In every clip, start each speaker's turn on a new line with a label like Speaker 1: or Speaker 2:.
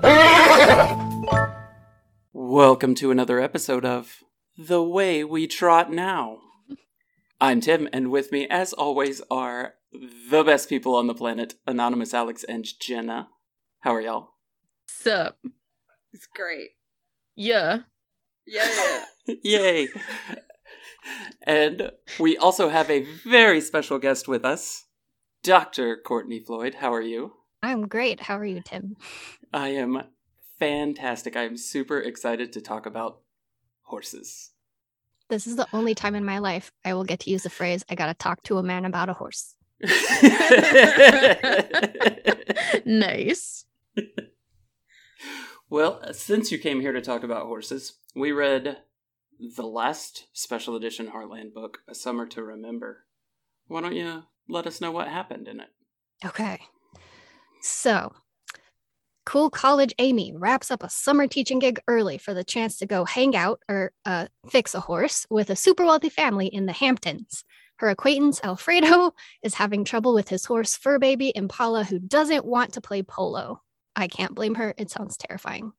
Speaker 1: Welcome to another episode of The Way We Trot Now. I'm Tim, and with me, as always, are the best people on the planet Anonymous, Alex, and Jenna. How are y'all?
Speaker 2: Sup?
Speaker 3: It's great.
Speaker 2: Yeah.
Speaker 3: Yeah, yeah.
Speaker 1: Yay! and we also have a very special guest with us, Dr. Courtney Floyd. How are you?
Speaker 4: I'm great. How are you, Tim?
Speaker 1: I am fantastic. I am super excited to talk about horses.
Speaker 4: This is the only time in my life I will get to use the phrase, I gotta talk to a man about a horse.
Speaker 2: Nice.
Speaker 1: well, since you came here to talk about horses, we read the last special edition Heartland book, A Summer to Remember. Why don't you let us know what happened in it?
Speaker 4: Okay. So, cool college Amy wraps up a summer teaching gig early for the chance to go hang out or uh, fix a horse with a super wealthy family in the Hamptons. Her acquaintance Alfredo is having trouble with his horse fur baby Impala, who doesn't want to play polo. I can't blame her, it sounds terrifying.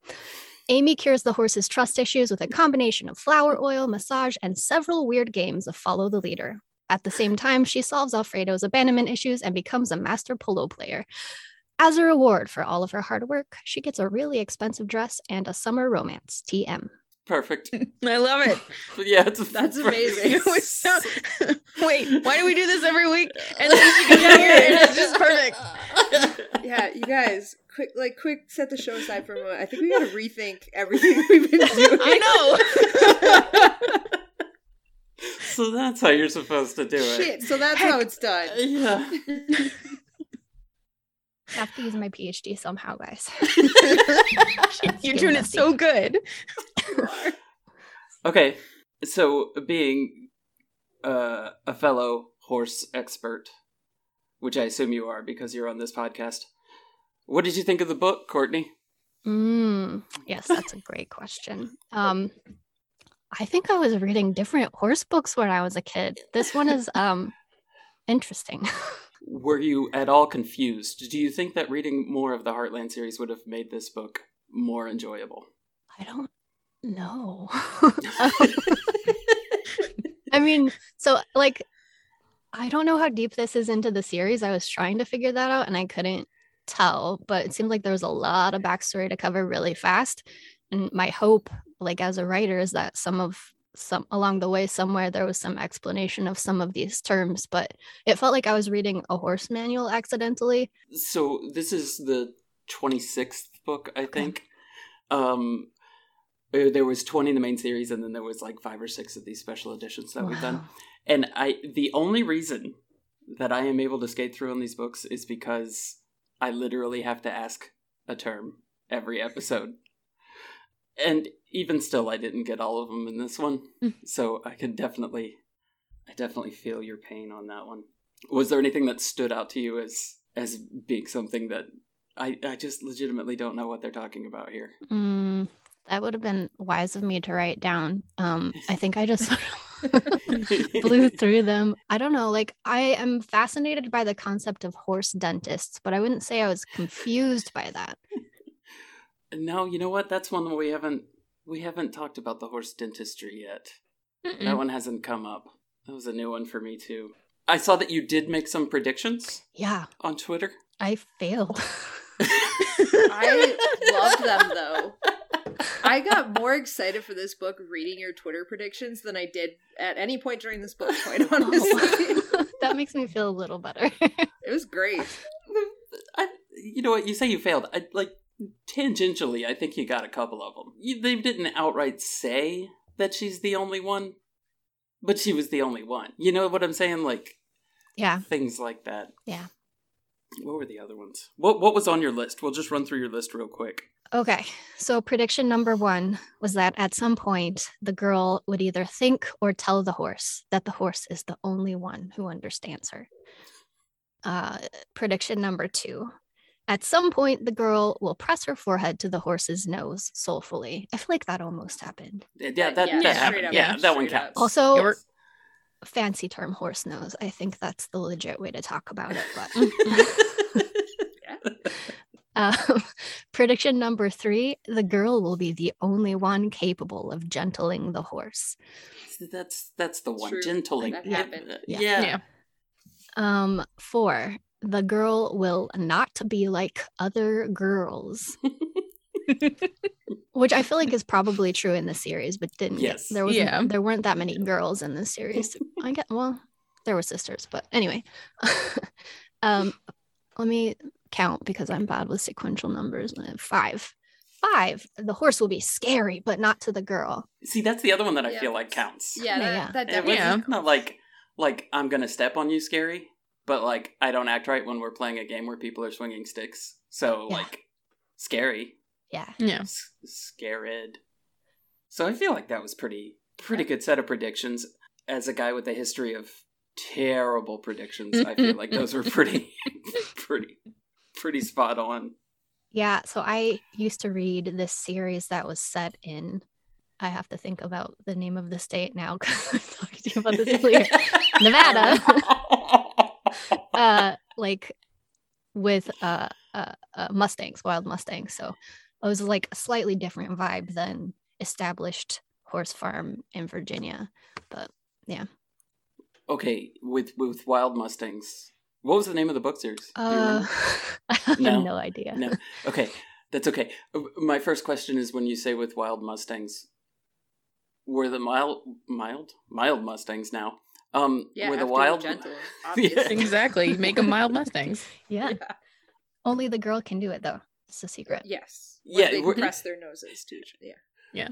Speaker 4: Amy cures the horse's trust issues with a combination of flower oil, massage, and several weird games of follow the leader. At the same time, she solves Alfredo's abandonment issues and becomes a master polo player. As a reward for all of her hard work, she gets a really expensive dress and a summer romance, TM.
Speaker 1: Perfect.
Speaker 2: I love it.
Speaker 1: yeah, it's
Speaker 3: That's amazing.
Speaker 2: It was so- Wait, why do we do this every week? And then she gets out here and it's just perfect.
Speaker 3: Yeah, you guys, quick, like, quick, set the show aside for a moment. I think we gotta rethink everything we've been doing.
Speaker 2: I
Speaker 1: so that's how you're supposed to do it.
Speaker 3: Shit, so that's how it's done.
Speaker 1: Yeah.
Speaker 4: I have to use my PhD somehow, guys.
Speaker 2: know. You're doing it so good.
Speaker 1: Okay, so being uh, a fellow horse expert, which I assume you are because you're on this podcast, what did you think of the book, Courtney?
Speaker 4: Mm, yes, that's a great question. Um, I think I was reading different horse books when I was a kid. This one is um, interesting.
Speaker 1: Were you at all confused? Do you think that reading more of the Heartland series would have made this book more enjoyable?
Speaker 4: I don't know. I mean, so like, I don't know how deep this is into the series. I was trying to figure that out and I couldn't tell, but it seemed like there was a lot of backstory to cover really fast. And my hope, like as a writer, is that some of some along the way, somewhere there was some explanation of some of these terms, but it felt like I was reading a horse manual accidentally.
Speaker 1: so this is the 26th book i think um uh, there was 20 in the main series and then there was like five or six of these special editions that we've done
Speaker 4: Wow.
Speaker 1: and i the only reason that i am able to skate through on these books is because i literally have to ask a term every episode and even still i didn't get all of them in this one
Speaker 2: Mm.
Speaker 1: so i can definitely i definitely feel your pain on that one was there anything that stood out to you as as being something that I, I just legitimately don't know what they're talking about here.
Speaker 4: Mm, that would have been wise of me to write down. Um, I think I just blew through them. I don't know. Like, I am fascinated by the concept of horse dentists, but I wouldn't say I was confused by that.
Speaker 1: No, you know what? That's one that we haven't we haven't talked about the horse dentistry yet.
Speaker 4: Mm.
Speaker 1: That one hasn't come up. That was a new one for me too. I saw that you did make some predictions
Speaker 4: Yeah,
Speaker 1: on Twitter.
Speaker 4: I failed.
Speaker 3: I loved them, though. I got more excited for this book reading your Twitter predictions than I did at any point during this book, quite honestly.
Speaker 4: that makes me feel a little better.
Speaker 3: it was great.
Speaker 1: I, you know what? You say you failed. I like tangentially. I think you got a couple of them. You, they didn't outright say that she's the only one, but she was the only one. You know what I'm saying? Like
Speaker 4: yeah,
Speaker 1: things like that.
Speaker 4: Yeah.
Speaker 1: What were the other ones? What what was on your list? We'll just run through your list real quick.
Speaker 4: Okay, so prediction number one was that at some point the girl would either think or tell the horse that the horse is the only one who understands her. Uh, prediction number two at some point the girl will press her forehead to the horse's nose soulfully. I feel like that almost happened.
Speaker 1: Yeah,
Speaker 3: Yeah,
Speaker 1: that, that
Speaker 4: straight
Speaker 1: happened.
Speaker 3: up,
Speaker 1: yeah, that one
Speaker 3: straight up.
Speaker 1: counts.
Speaker 4: Also,
Speaker 2: It worked.
Speaker 4: fancy term horse nose. I think that's the legit way to talk about it. But Um, prediction number three the girl will be the only one capable of gentling the horse.
Speaker 1: that's that's the one.
Speaker 3: True.
Speaker 1: Gentling.
Speaker 3: That
Speaker 1: Yeah. Uh,
Speaker 3: happened.
Speaker 1: Yeah.
Speaker 4: Yeah.
Speaker 2: Yeah.
Speaker 4: Um, four, the girl will not be like other girls. Which I feel like is probably true in the series, but didn't. get-
Speaker 1: Yes.
Speaker 4: There was yeah.
Speaker 2: Yeah.
Speaker 4: there weren't that many girls in this series. I get well, there were sisters, but anyway. um let me count because I'm bad with sequential numbers. Five. Five. The horse will be scary, but not to the girl.
Speaker 1: See, that's the other one that I
Speaker 3: Yeah.
Speaker 1: feel like counts.
Speaker 3: Yeah,
Speaker 4: Yeah,
Speaker 3: that,
Speaker 4: yeah.
Speaker 3: that
Speaker 1: It
Speaker 3: definitely.
Speaker 1: was
Speaker 2: Yeah.
Speaker 1: not like like I'm gonna step on you, scary. But like I don't act right when we're playing a game where people are swinging sticks. So
Speaker 4: Yeah.
Speaker 1: like scary,
Speaker 4: Yeah.
Speaker 2: Yeah.
Speaker 1: S- scared. So I feel like that was pretty pretty good set of predictions. As a guy with a history of terrible predictions, I feel like those were pretty pretty pretty spot on.
Speaker 4: Yeah, so I used to read this series that was set in. I have to think about the name of the state now because I'm talking to you about this earlier. Nevada, uh, like with uh, uh, uh, Mustangs, wild Mustangs. So it was like a slightly different vibe than established horse farm in Virginia. But
Speaker 1: okay, with with wild mustangs. What was the name of the book series? Do you
Speaker 4: uh,
Speaker 1: remember?
Speaker 4: I have
Speaker 1: Mm. No.
Speaker 4: no, idea.
Speaker 1: No.
Speaker 4: Uh.
Speaker 1: Okay, that's okay. Uh, My first question is when you say with wild mustangs, were the mild, mild, mild mustangs now? Um,
Speaker 3: Yeah,
Speaker 1: were the
Speaker 3: after
Speaker 1: wild?
Speaker 3: gentle, obviously.
Speaker 2: Exactly. Make them mild Mustangs.
Speaker 4: Yeah, only the girl can do it though. It's a secret.
Speaker 3: Yes.
Speaker 1: Yeah,
Speaker 3: Yeah. They
Speaker 1: we're-
Speaker 3: press their noses to each other.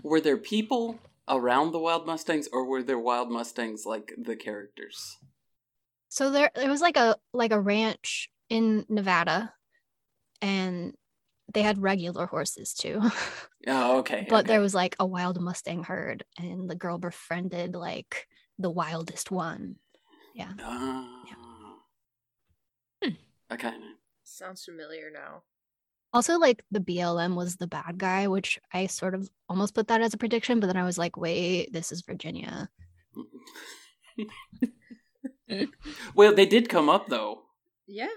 Speaker 1: Were there people around the wild mustangs, or were there wild mustangs like the characters?
Speaker 4: So there it was like a like a ranch in Nevada and they had regular horses too.
Speaker 1: Oh, okay.
Speaker 4: but
Speaker 1: okay.
Speaker 4: there was like a wild mustang herd and the girl befriended like the wildest one.
Speaker 1: Ah.
Speaker 2: Hmm.
Speaker 1: Okay.
Speaker 3: Sounds familiar now.
Speaker 4: Also like the BLM was the bad guy, which I sort of almost put that as a prediction, but then I was like, "Wait, this is Virginia."
Speaker 1: well, they did come up though.
Speaker 3: Yeah.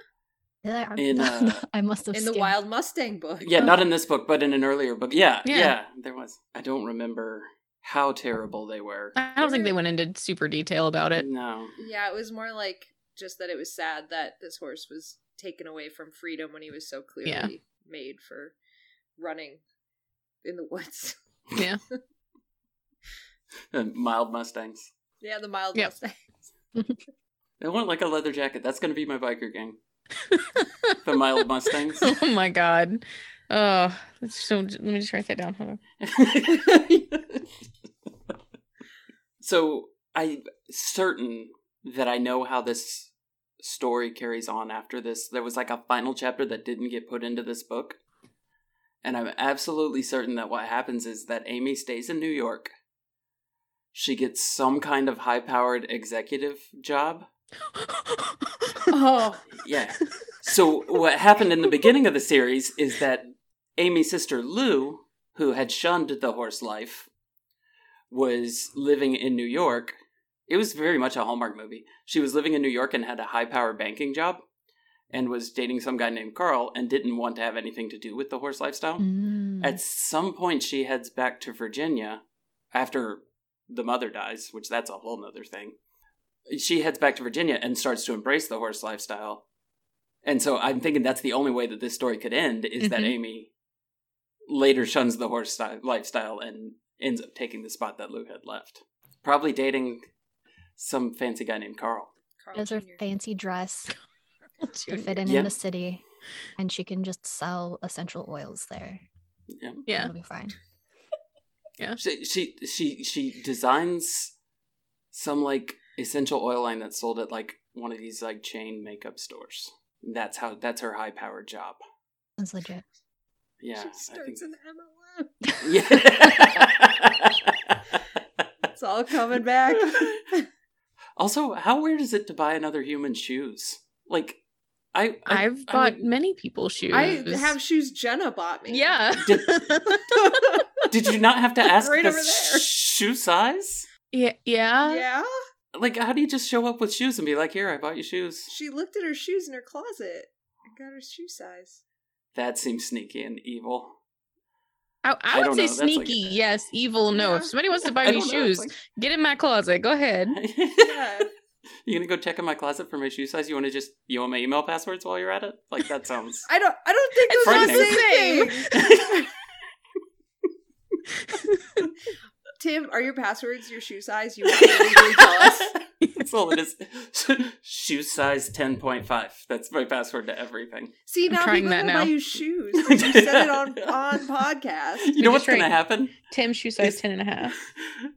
Speaker 4: Did I,
Speaker 1: In, uh,
Speaker 4: I must have
Speaker 3: In the
Speaker 4: skimmed.
Speaker 3: Wild Mustang book.
Speaker 1: Yeah, not in this book, but in an earlier book. Yeah, yeah,
Speaker 2: Yeah.
Speaker 1: there was. I don't remember how terrible they were.
Speaker 2: I don't think they went into super detail about it.
Speaker 1: No.
Speaker 3: Yeah, it was more like just that it was sad that this horse was taken away from freedom when he was so clearly
Speaker 2: Yeah.
Speaker 3: made for running in the woods.
Speaker 2: Yeah.
Speaker 1: Uh, Mild Mustangs.
Speaker 3: yeah, the mild
Speaker 2: Yep.
Speaker 3: Mustang.
Speaker 1: They want like a leather jacket. That's going to be my biker gang. The Mild Mustangs.
Speaker 2: oh my god. Oh, that's so let me just write that down. Hold on.
Speaker 1: so I'm certain that I know how this story carries on after this. There was like a final chapter that didn't get put into this book. And I'm absolutely certain that what happens is that Amy stays in New York. She gets some kind of high powered executive job.
Speaker 3: Oh,
Speaker 1: Yeah. So what happened in the beginning of the series is that Amy's sister Lou, who had shunned the horse life, was living in New York. It was very much a Hallmark movie. She was living in New York and had a high power banking job and was dating some guy named Carl and didn't want to have anything to do with the horse lifestyle.
Speaker 4: Mm.
Speaker 1: At some point, she heads back to Virginia after the mother dies, which that's a whole nother thing. She heads back to Virginia and starts to embrace the horse lifestyle. And so I'm thinking that's the only way that this story could end is that
Speaker 2: Mhm.
Speaker 1: Amy later shuns the horse sti- lifestyle and ends up taking the spot that Lou had left. Probably dating some fancy guy named Carl.
Speaker 3: Carl
Speaker 4: There's her
Speaker 3: Jr..
Speaker 4: fancy dress. to fit in
Speaker 1: Yeah.
Speaker 4: in the city and she can just sell essential oils there
Speaker 1: Yeah.
Speaker 2: Yeah.
Speaker 4: it'll be fine
Speaker 1: She she she she designs some like essential oil line that's sold at like one of these like chain makeup stores. That's how. That's her high powered job.
Speaker 4: That's legit.
Speaker 1: Yeah.
Speaker 3: she
Speaker 1: I think-
Speaker 3: starts an MLM.
Speaker 1: yeah.
Speaker 3: It's all coming back.
Speaker 1: also, how weird is it to buy another human's shoes? Like, I, I
Speaker 2: I've bought
Speaker 1: would-
Speaker 2: many people shoes.
Speaker 3: I have shoes Jenna bought me.
Speaker 2: Yeah.
Speaker 1: Did- did you not have to ask
Speaker 3: Right
Speaker 1: the
Speaker 3: over there.
Speaker 1: shoe size?
Speaker 2: yeah. Yeah.
Speaker 3: yeah.
Speaker 1: Like, how do you just show up with shoes and be like, "Here, I bought you shoes"?
Speaker 3: She looked at her shoes in her closet and got her shoe size.
Speaker 1: That seems sneaky and evil.
Speaker 2: I, I
Speaker 1: I
Speaker 2: would
Speaker 1: don't
Speaker 2: say
Speaker 1: know, that's like-
Speaker 2: sneaky, yes. Evil, no.
Speaker 3: Yeah.
Speaker 2: If somebody wants to
Speaker 1: I
Speaker 2: buy me
Speaker 1: don't know,
Speaker 2: shoes,
Speaker 1: it's like-
Speaker 2: get in my closet. Go ahead.
Speaker 3: Yeah.
Speaker 1: You gonna go check in my closet for my shoe size? You wanna just you want my email passwords while you're at it? Like that sounds
Speaker 3: I don't I don't think
Speaker 2: It's
Speaker 3: those are the
Speaker 2: frightening.
Speaker 3: same thing. Tim, are your passwords your shoe size? You want me to legally tell us?
Speaker 1: That's all it is. Shoe size ten point five. That's my password to everything.
Speaker 3: See
Speaker 2: I'm
Speaker 3: now
Speaker 2: trying
Speaker 3: people
Speaker 2: that
Speaker 3: will
Speaker 2: now.
Speaker 3: buy you shoes 'cause you said it on on podcast.
Speaker 1: You know
Speaker 2: We
Speaker 1: what's
Speaker 2: just
Speaker 1: gonna
Speaker 2: trained.
Speaker 1: happen?
Speaker 2: Tim, shoe size 10 and a half.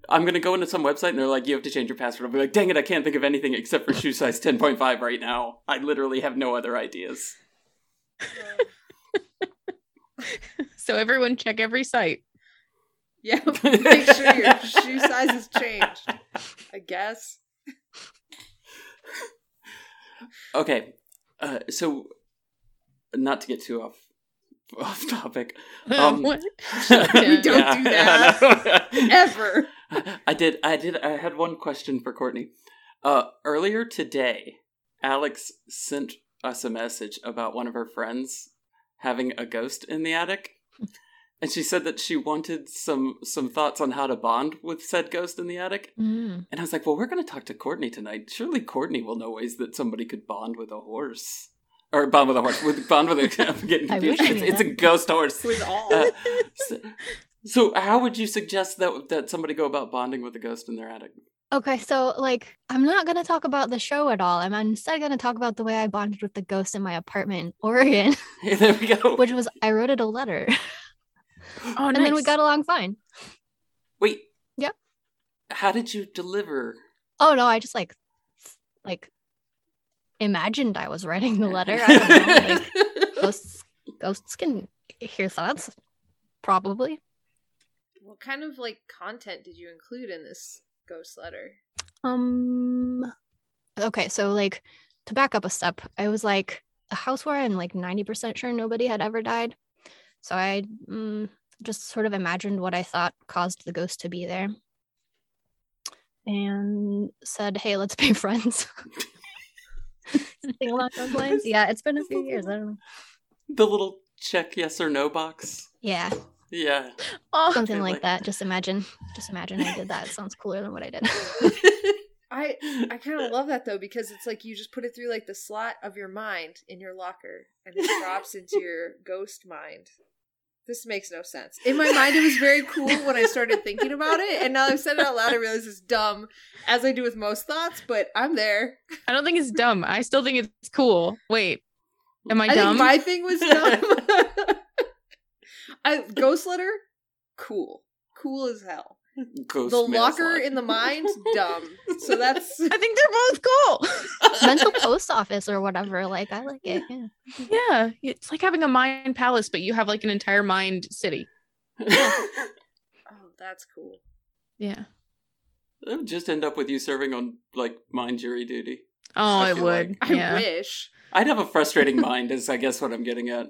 Speaker 1: I'm gonna go into some website and they're like, "You have to change your password." I'll be like, "Dang it, I can't think of anything except for shoe size ten point five right now. I literally have no other ideas."
Speaker 2: So everyone check every site.
Speaker 3: Yeah, make sure your shoe size has changed. I guess.
Speaker 1: Okay, uh, so not to get too off off topic. Um,
Speaker 2: what?
Speaker 3: We don't do that.
Speaker 1: I know.
Speaker 3: Ever.
Speaker 1: I did. I did. I had one question for Courtney. Uh, earlier today, Alex sent us a message about one of her friends having a ghost in the attic, and she said that she wanted some some thoughts on how to bond with said ghost in the attic.
Speaker 4: Mm.
Speaker 1: And I was like, "Well, we're going to talk to Courtney tonight. Surely Courtney will know ways that somebody could bond with a horse, or bond with a horse with bond with a. I'm getting
Speaker 4: I wish
Speaker 1: confused.
Speaker 4: I
Speaker 1: It's,
Speaker 4: knew
Speaker 1: it's a
Speaker 4: that.
Speaker 1: ghost horse.
Speaker 3: With all
Speaker 1: Uh, so, so how would you suggest that that somebody go about bonding with a ghost in their attic?
Speaker 4: Okay, so like I'm not gonna talk about the show at all. I'm instead gonna talk about the way I bonded with the ghost in my apartment in Oregon,
Speaker 1: Hey, there we go.
Speaker 4: which was I wrote it a letter,
Speaker 2: Oh,
Speaker 4: and then we
Speaker 2: nice.
Speaker 4: got along fine.
Speaker 1: Wait.
Speaker 4: Yep.
Speaker 1: How did you deliver?
Speaker 4: Oh no, I just like s- like imagined I was writing the letter. I don't know. Like, ghosts ghosts can hear thoughts, probably.
Speaker 3: What kind of like content did you include in this ghost letter?
Speaker 4: Um okay, so like to back up a step, I was like a house where I'm like 90% sure nobody had ever died. So I mm, just sort of imagined what I thought caused the ghost to be there and said, "Hey, let's be friends." Something along those lines. Yeah, it's been a few years. I don't know.
Speaker 1: The little check yes or no box.
Speaker 4: Yeah,
Speaker 1: Yeah.
Speaker 2: Oh,
Speaker 4: something like
Speaker 1: like
Speaker 4: that. Just imagine, just imagine I did that. It sounds cooler than what I did.
Speaker 3: I I kind of love that though because it's like you just put it through like the slot of your mind in your locker and it drops into your ghost mind. This makes no sense. In my mind, it was very cool when I started thinking about it, and now I've said it out loud. I realize it's dumb, as I do with most thoughts. But I'm there.
Speaker 2: I don't think it's dumb. I still think it's cool. Wait. Am I,
Speaker 3: I
Speaker 2: dumb?
Speaker 3: think my thing was dumb. I ghost letter, cool, cool as hell.
Speaker 1: Ghost
Speaker 3: the
Speaker 1: mail
Speaker 3: locker
Speaker 1: slot.
Speaker 3: in the mind, dumb. So that's
Speaker 2: I think they're both
Speaker 4: Mental post office or whatever. Like I like it. Yeah.
Speaker 2: cool. yeah. It's like having a mind palace, but you have like an entire mind city.
Speaker 3: oh, that's cool.
Speaker 2: Yeah.
Speaker 1: It would just end up with you serving on like mind jury duty.
Speaker 2: Oh,
Speaker 1: I
Speaker 2: it
Speaker 1: feel
Speaker 2: would.
Speaker 1: like-
Speaker 3: I
Speaker 2: yeah.
Speaker 3: wish.
Speaker 1: I'd have a frustrating mind, is I guess what I'm getting at.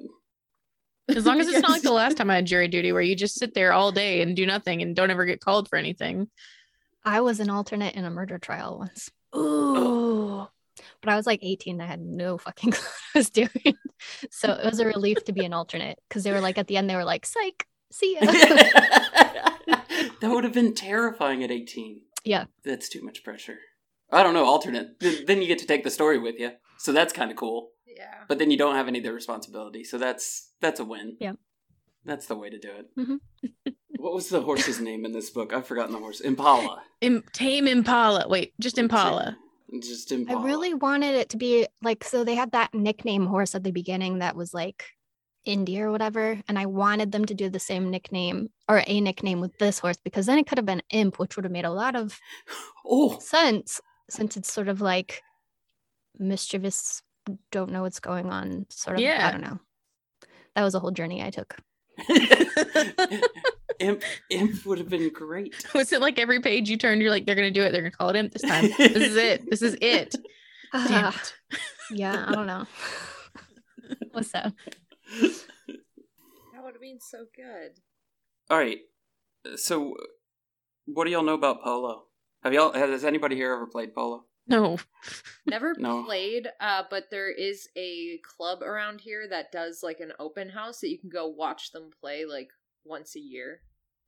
Speaker 2: As long as it's not like
Speaker 3: Yes.
Speaker 2: the last time I had jury duty where you just sit there all day and do nothing and don't ever get called for anything.
Speaker 4: I was an alternate in a murder trial once,
Speaker 2: Ooh.
Speaker 4: but I was like 18. I had no fucking clue what I was doing. So it was a relief to be an alternate because they were like, at the end, they were like, psych, see ya.
Speaker 1: that would have been terrifying at 18.
Speaker 4: Yeah.
Speaker 1: That's too much pressure. I don't know, alternate. Th- then you get to take the story with you. So that's kind of cool.
Speaker 3: Yeah.
Speaker 1: But then you don't have any of the responsibility. So that's that's a win.
Speaker 4: Yeah.
Speaker 1: That's the way to do it.
Speaker 4: Mhm.
Speaker 2: Mm-hmm.
Speaker 1: what was the horse's name in this book? I've forgotten the horse. Impala.
Speaker 2: Im- tame Impala. Wait, just Impala.
Speaker 1: Just Impala.
Speaker 4: I really wanted it to be like, so they had that nickname horse at the beginning that was like Indy or whatever. And I wanted them to do the same nickname or a nickname with this horse because then it could have been Imp, which would have made a lot of
Speaker 1: Oh,
Speaker 4: sense since it's sort of like mischievous don't know what's going on. Sort of, I
Speaker 2: Yeah.
Speaker 4: don't know. That was a whole journey I took.
Speaker 1: imp, imp would have been great.
Speaker 2: Was it like every page you turned, you're like, they're gonna do it, they're gonna call it imp this time. This is it. This is it. Damn
Speaker 4: Ah,
Speaker 2: it.
Speaker 4: yeah, I don't know. What's that?
Speaker 3: That would have been so good.
Speaker 1: All right. So, what do y'all know about polo? Have y'all has anybody here ever played polo?
Speaker 2: No.
Speaker 3: Never
Speaker 1: No.
Speaker 3: played, uh, but there is a club around here that does like an open house that you can go watch them play like once a year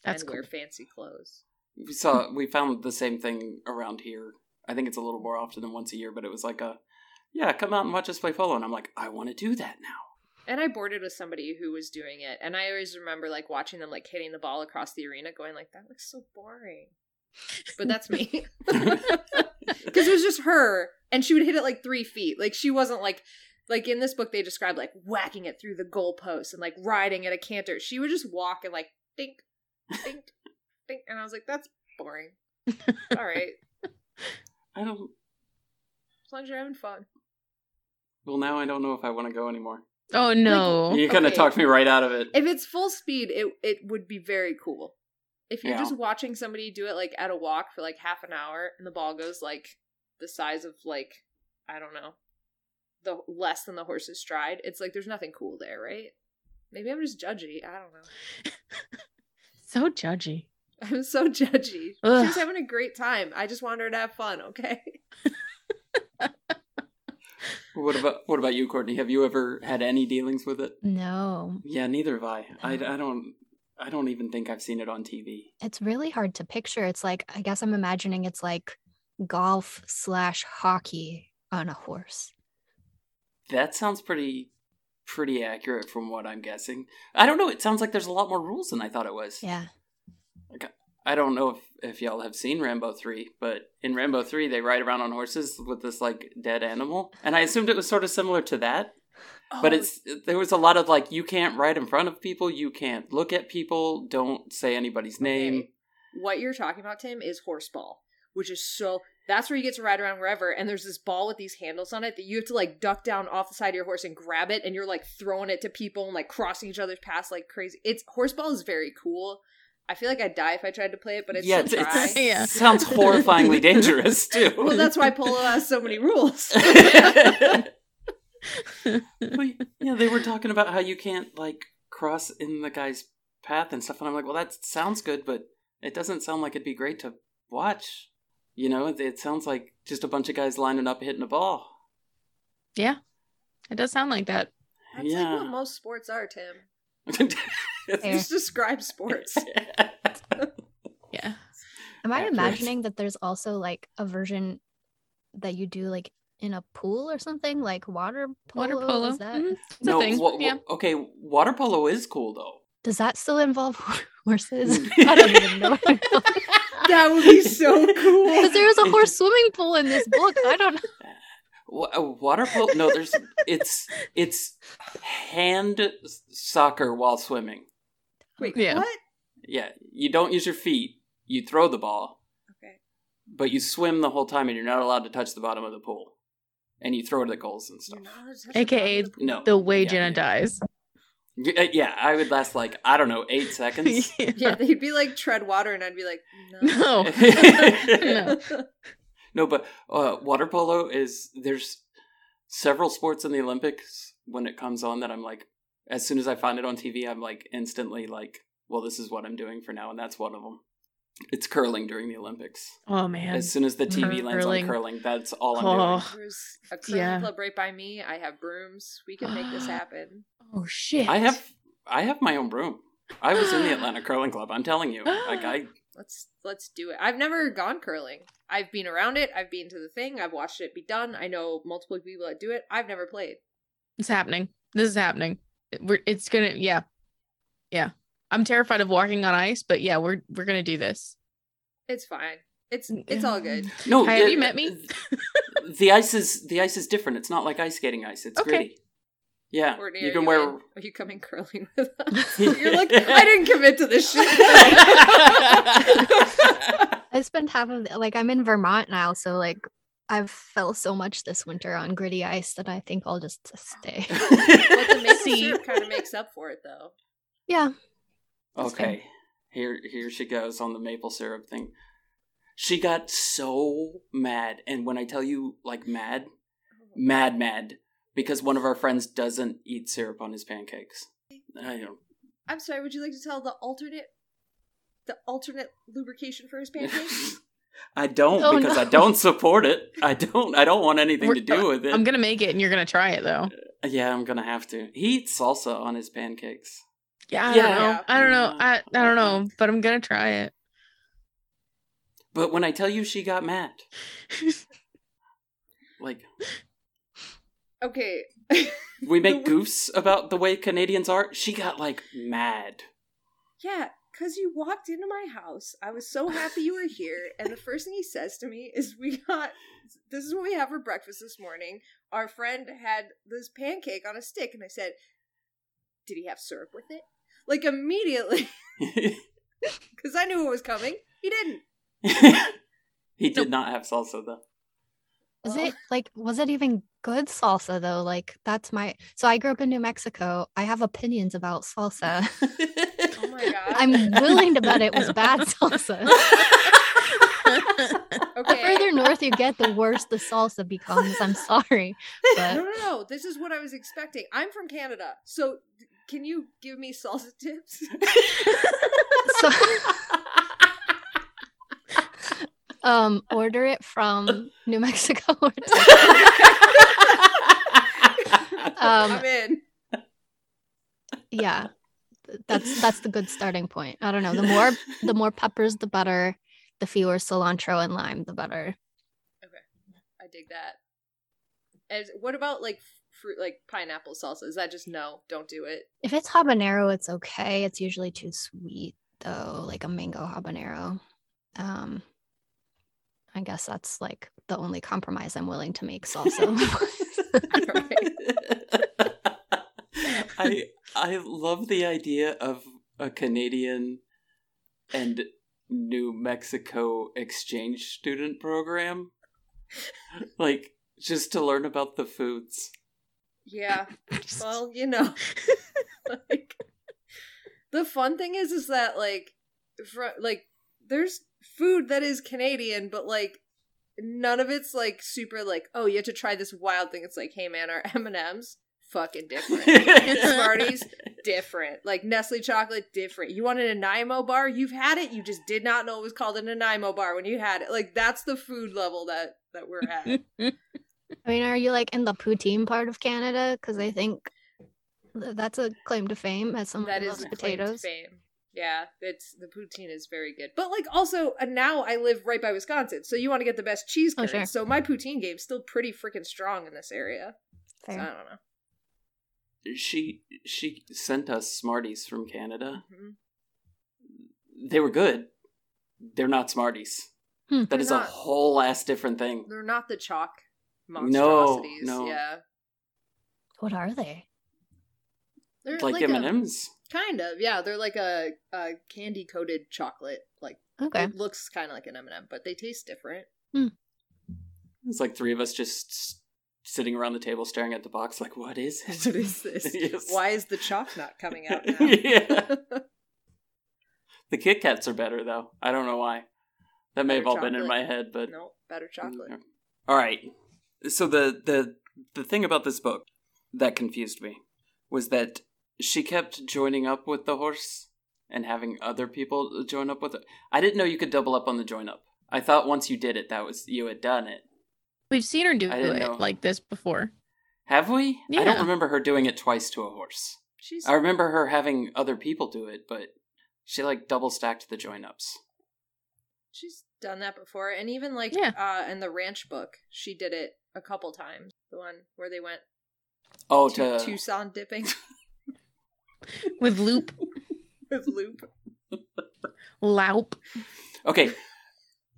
Speaker 2: That's
Speaker 3: and
Speaker 2: cool.
Speaker 3: wear fancy clothes.
Speaker 1: We saw we found the same thing around here. I think it's a little more often than once a year, but it was like a yeah, come out and watch us play polo, and I'm like, I want to do that now.
Speaker 3: And I boarded with somebody who was doing it, and I always remember like watching them like hitting the ball across the arena, going like, "That looks so boring." But that's me, because it was just her, and she would hit it like three feet. Like she wasn't like like in this book they describe like whacking it through the goalpost and like riding at a canter. She would just walk and like think, think, think, and I was like, "That's boring." All right,
Speaker 1: I don't.
Speaker 3: as long as you're having fun.
Speaker 1: Well, now I don't know if I want to go anymore.
Speaker 2: Oh no.
Speaker 1: You kind of
Speaker 3: okay.
Speaker 1: talked me right out of it.
Speaker 3: If it's full speed, it it would be very cool. If you're
Speaker 1: Yeah.
Speaker 3: just watching somebody do it like at a walk for like half an hour and the ball goes like the size of like I don't know, the less than the horse's stride, it's like there's nothing cool there, right? Maybe I'm just judgy. I don't know.
Speaker 2: So judgy.
Speaker 3: I'm so judgy.
Speaker 2: Ugh.
Speaker 3: She was having a great time. I just wanted her to have fun, okay?
Speaker 1: What about what about you, Courtney? Have you ever had any dealings with it?
Speaker 4: No,
Speaker 1: Yeah, neither have I. I, I don't. I don't even think I've seen it on TV.
Speaker 4: it's really hard to picture. It's like I guess I'm imagining it's like golf slash hockey on a horse.
Speaker 1: That sounds pretty, pretty accurate from what I'm guessing. I don't know. It sounds like there's a lot more rules than I thought it was.
Speaker 4: Yeah.
Speaker 1: I don't know if, if y'all have seen Rambo 3, but in Rambo 3, they ride around on horses with this, like, dead animal. And I assumed it was sort of similar to that. But
Speaker 3: Oh,
Speaker 1: it's there was a lot of, like, you can't ride in front of people, you can't look at people, don't say anybody's name.
Speaker 3: Okay. What you're talking about, Tim, is horseball, which is so. That's where you get to ride around wherever, and there's this ball with these handles on it that you have to like duck down off the side of your horse and grab it, and you're like throwing it to people and like crossing each other's paths like crazy. It's horseball is very cool. I feel like I'd die if I tried to play it, but it's
Speaker 1: yeah,
Speaker 3: so
Speaker 1: it's-
Speaker 3: dry.
Speaker 1: it's-
Speaker 2: Yeah.
Speaker 1: sounds horrifyingly dangerous, too.
Speaker 3: well, that's why polo has so many rules.
Speaker 1: Well, yeah, they were talking about how you can't like cross in the guy's path and stuff, and I'm like, well, that sounds good, but it doesn't sound like it'd be great to watch. You know, it, it sounds like just a bunch of guys lining up hitting a ball.
Speaker 2: It does sound like that.
Speaker 3: That's like what
Speaker 1: yeah.
Speaker 3: most sports are, Tim. You just describe sports.
Speaker 2: Yeah.
Speaker 4: Am I
Speaker 1: Accurate.
Speaker 4: imagining that there's also like a version that you do like in a pool or something, like water polo?
Speaker 2: Water polo.
Speaker 4: Is that,
Speaker 2: Mhm. It's a
Speaker 1: no,
Speaker 2: thing.
Speaker 1: wa- wa-
Speaker 2: yeah.
Speaker 1: okay, water polo is cool though.
Speaker 4: Does that still involve horses? I don't even know.
Speaker 3: that would be so cool.
Speaker 4: Because there was a horse swimming pool in this book. I don't know.
Speaker 1: Wa- uh, Water polo? No, there's it's it's hand s- soccer while swimming.
Speaker 3: Wait,
Speaker 2: Yeah.
Speaker 3: what?
Speaker 1: Yeah, you don't use your feet. You throw the ball.
Speaker 3: Okay.
Speaker 1: But you swim the whole time, and you're not allowed to touch the bottom of the pool, and you throw it at goals and stuff.
Speaker 3: You're not allowed to touch the
Speaker 2: AKA
Speaker 3: bottom of
Speaker 1: No.
Speaker 2: the way
Speaker 1: Yeah.
Speaker 2: Jenna dies.
Speaker 1: Y- uh, yeah, I would last like I don't know eight seconds.
Speaker 3: Yeah, they'd be like tread water, and I'd be like, no.
Speaker 2: No.
Speaker 1: no.
Speaker 2: No.
Speaker 1: but uh, water polo is there's several sports in the Olympics when it comes on that I'm like, as soon as I find it on TV, I'm like instantly like, well, this is what I'm doing for now, and that's one of them. It's curling during the Olympics.
Speaker 2: Oh man.
Speaker 1: As soon as the TV lands on
Speaker 2: Mm-hmm. Curling.
Speaker 1: curling, that's all I'm doing.
Speaker 2: Oh.
Speaker 3: There's a curling
Speaker 2: Yeah.
Speaker 3: club right by me. I have brooms. We can make this happen.
Speaker 2: Oh shit.
Speaker 1: I have I have my own room. I was in the Atlanta Curling Club. I'm telling you, like I
Speaker 3: Let's let's do it. I've never gone curling. I've been around it. I've been to the thing. I've watched it be done. I know multiple people that do it. I've never played.
Speaker 2: It's happening. This is happening. It- We're, it's gonna. Yeah. Yeah. I'm terrified of walking on ice, but yeah, we're we're gonna do this.
Speaker 3: It's fine. It's it's all good.
Speaker 1: no.
Speaker 2: Hi, have
Speaker 1: the-
Speaker 2: you met me?
Speaker 1: The ice is the ice is different. It's not like ice skating ice. It's
Speaker 2: Okay.
Speaker 1: gritty. Yeah,
Speaker 3: Courtney,
Speaker 1: you
Speaker 3: are
Speaker 1: can
Speaker 3: you
Speaker 1: wear.
Speaker 3: in? Are you coming curling with us? You're like I didn't commit to this shit.
Speaker 4: I spend half of the, like I'm in Vermont now, so like I've fell so much this winter on gritty ice that I think I'll just stay.
Speaker 3: But the maple
Speaker 2: See.
Speaker 3: syrup kind of makes up for it, though.
Speaker 4: Yeah. That's fair.
Speaker 1: okay. Here here she goes on the maple syrup thing. She got so mad and when I tell you like mad, mad mad because one of our friends doesn't eat syrup on his pancakes. I don't
Speaker 3: I'm sorry. Would you like to tell the alternate, the alternate lubrication for his pancakes?
Speaker 1: I don't
Speaker 4: Oh,
Speaker 1: because I
Speaker 4: no.
Speaker 1: don't support it. I don't I don't want anything
Speaker 2: We're-
Speaker 1: to do with it.
Speaker 2: I'm gonna make it, and you're gonna try it though.
Speaker 1: yeah, I'm going to have to. He eats salsa on his pancakes.
Speaker 2: Yeah, I
Speaker 1: Yeah. Mm-hmm.
Speaker 2: don't know. I don't know. I, I don't know, but I'm gonna try it.
Speaker 1: But when I tell you she got mad, like
Speaker 3: okay.
Speaker 1: we make
Speaker 3: The
Speaker 1: goofs about the way Canadians are, she got like mad.
Speaker 3: Yeah, because you walked into my house. I was so happy you were here. And the first thing he says to me is, We got this is what we have for breakfast this morning. Our friend had this pancake on a stick. And I said, Did he have syrup with it? Like immediately, because I knew it was coming. He didn't.
Speaker 1: he did not have salsa though.
Speaker 4: Was
Speaker 3: Well,
Speaker 4: it like was it even good salsa though? Like that's my so I grew up in New Mexico. I have opinions about salsa.
Speaker 3: Oh my God.
Speaker 4: I'm willing to bet it was bad salsa. The
Speaker 3: Okay.
Speaker 4: further north you get, the worse the salsa becomes. I'm sorry.
Speaker 3: No,
Speaker 4: But
Speaker 3: no, no. This is what I was expecting. I'm from Canada. So d- can you give me salsa tips?
Speaker 4: so um order it from New Mexico or Texas. um
Speaker 3: I'm in.
Speaker 4: yeah Th- that's that's the good starting point i don't know the more the more peppers the better the fewer cilantro and lime the better
Speaker 3: I dig that. As what about like fruit, like pineapple salsa? Is that just no? Don't do it.
Speaker 4: if it's habanero it's okay it's usually too sweet though like a mango habanero um i guess that's like the only compromise i'm willing to make salsa
Speaker 1: I I love the idea of a Canadian and New Mexico exchange student program. Like just to learn about the foods.
Speaker 3: Yeah. Well, you know, like the fun thing is, is that like, fr like there's food that is Canadian, but like none of it's like super like oh you have to try this wild thing. It's like hey man, our M and M's fucking different. Smarties, different. Like Nestle chocolate, different. You want a Nanaimo bar? You've had it. You just did not know it was called a Nanaimo bar when you had it. Like that's the food level that that we're at.
Speaker 4: i mean are you like in the poutine part of canada because i think th- that's a claim to fame as someone
Speaker 3: that
Speaker 4: who
Speaker 3: is
Speaker 4: loves
Speaker 3: the claim to
Speaker 4: Oh potatoes
Speaker 3: fame. Yeah, it's the poutine is very good. But like also uh, now I live right by Wisconsin, so you want to get the best cheese
Speaker 4: Oh,
Speaker 3: curds.
Speaker 4: sure.
Speaker 3: So my poutine game's still pretty freaking strong in this area. So I
Speaker 4: Fair.
Speaker 3: don't know.
Speaker 1: she she sent us Smarties from Canada.
Speaker 3: Mhm.
Speaker 1: They were good. They're not Smarties.
Speaker 4: Hmm.
Speaker 1: That
Speaker 3: They're
Speaker 1: is a
Speaker 3: not.
Speaker 1: whole ass different thing.
Speaker 3: They're not the chalk monstrosities.
Speaker 1: no.
Speaker 3: Yeah.
Speaker 4: what are they
Speaker 3: They're
Speaker 1: Like,
Speaker 3: a-
Speaker 1: M and M's.
Speaker 3: Kind of, yeah. They're like a, a candy coated chocolate. Like
Speaker 4: okay
Speaker 3: it looks kind of like an M and M, but they taste different.
Speaker 1: It's like three of us just s- sitting around the table staring at the box. Like, what is it?
Speaker 3: What is this?
Speaker 1: Yes.
Speaker 3: Why is the chalk not coming out now?
Speaker 1: yeah. The Kit Kats are better though. I don't know why. That may
Speaker 3: Better
Speaker 1: have all been in
Speaker 3: chocolate.
Speaker 1: my head, but
Speaker 3: no, better chocolate.
Speaker 1: Mm, All right. So the the the thing about this book that confused me was that she kept joining up with the horse and having other people join up with it. I didn't know you could double up on the join up. I thought once you did it, that was you had done it.
Speaker 2: We've seen her do
Speaker 1: I didn't know.
Speaker 2: it like this before.
Speaker 1: Have we? I don't
Speaker 2: Yeah.
Speaker 1: remember her doing it twice to a horse.
Speaker 3: She's
Speaker 1: I remember her having other people do it, but she like double stacked the join ups.
Speaker 3: she's done that before, and even like
Speaker 2: Yeah.
Speaker 3: uh, in the ranch book, she did it a couple times. The one where they went
Speaker 1: Oh,
Speaker 3: to
Speaker 1: to,
Speaker 3: Tucson dipping
Speaker 2: With loop,
Speaker 3: with loop.
Speaker 2: laup.
Speaker 1: okay.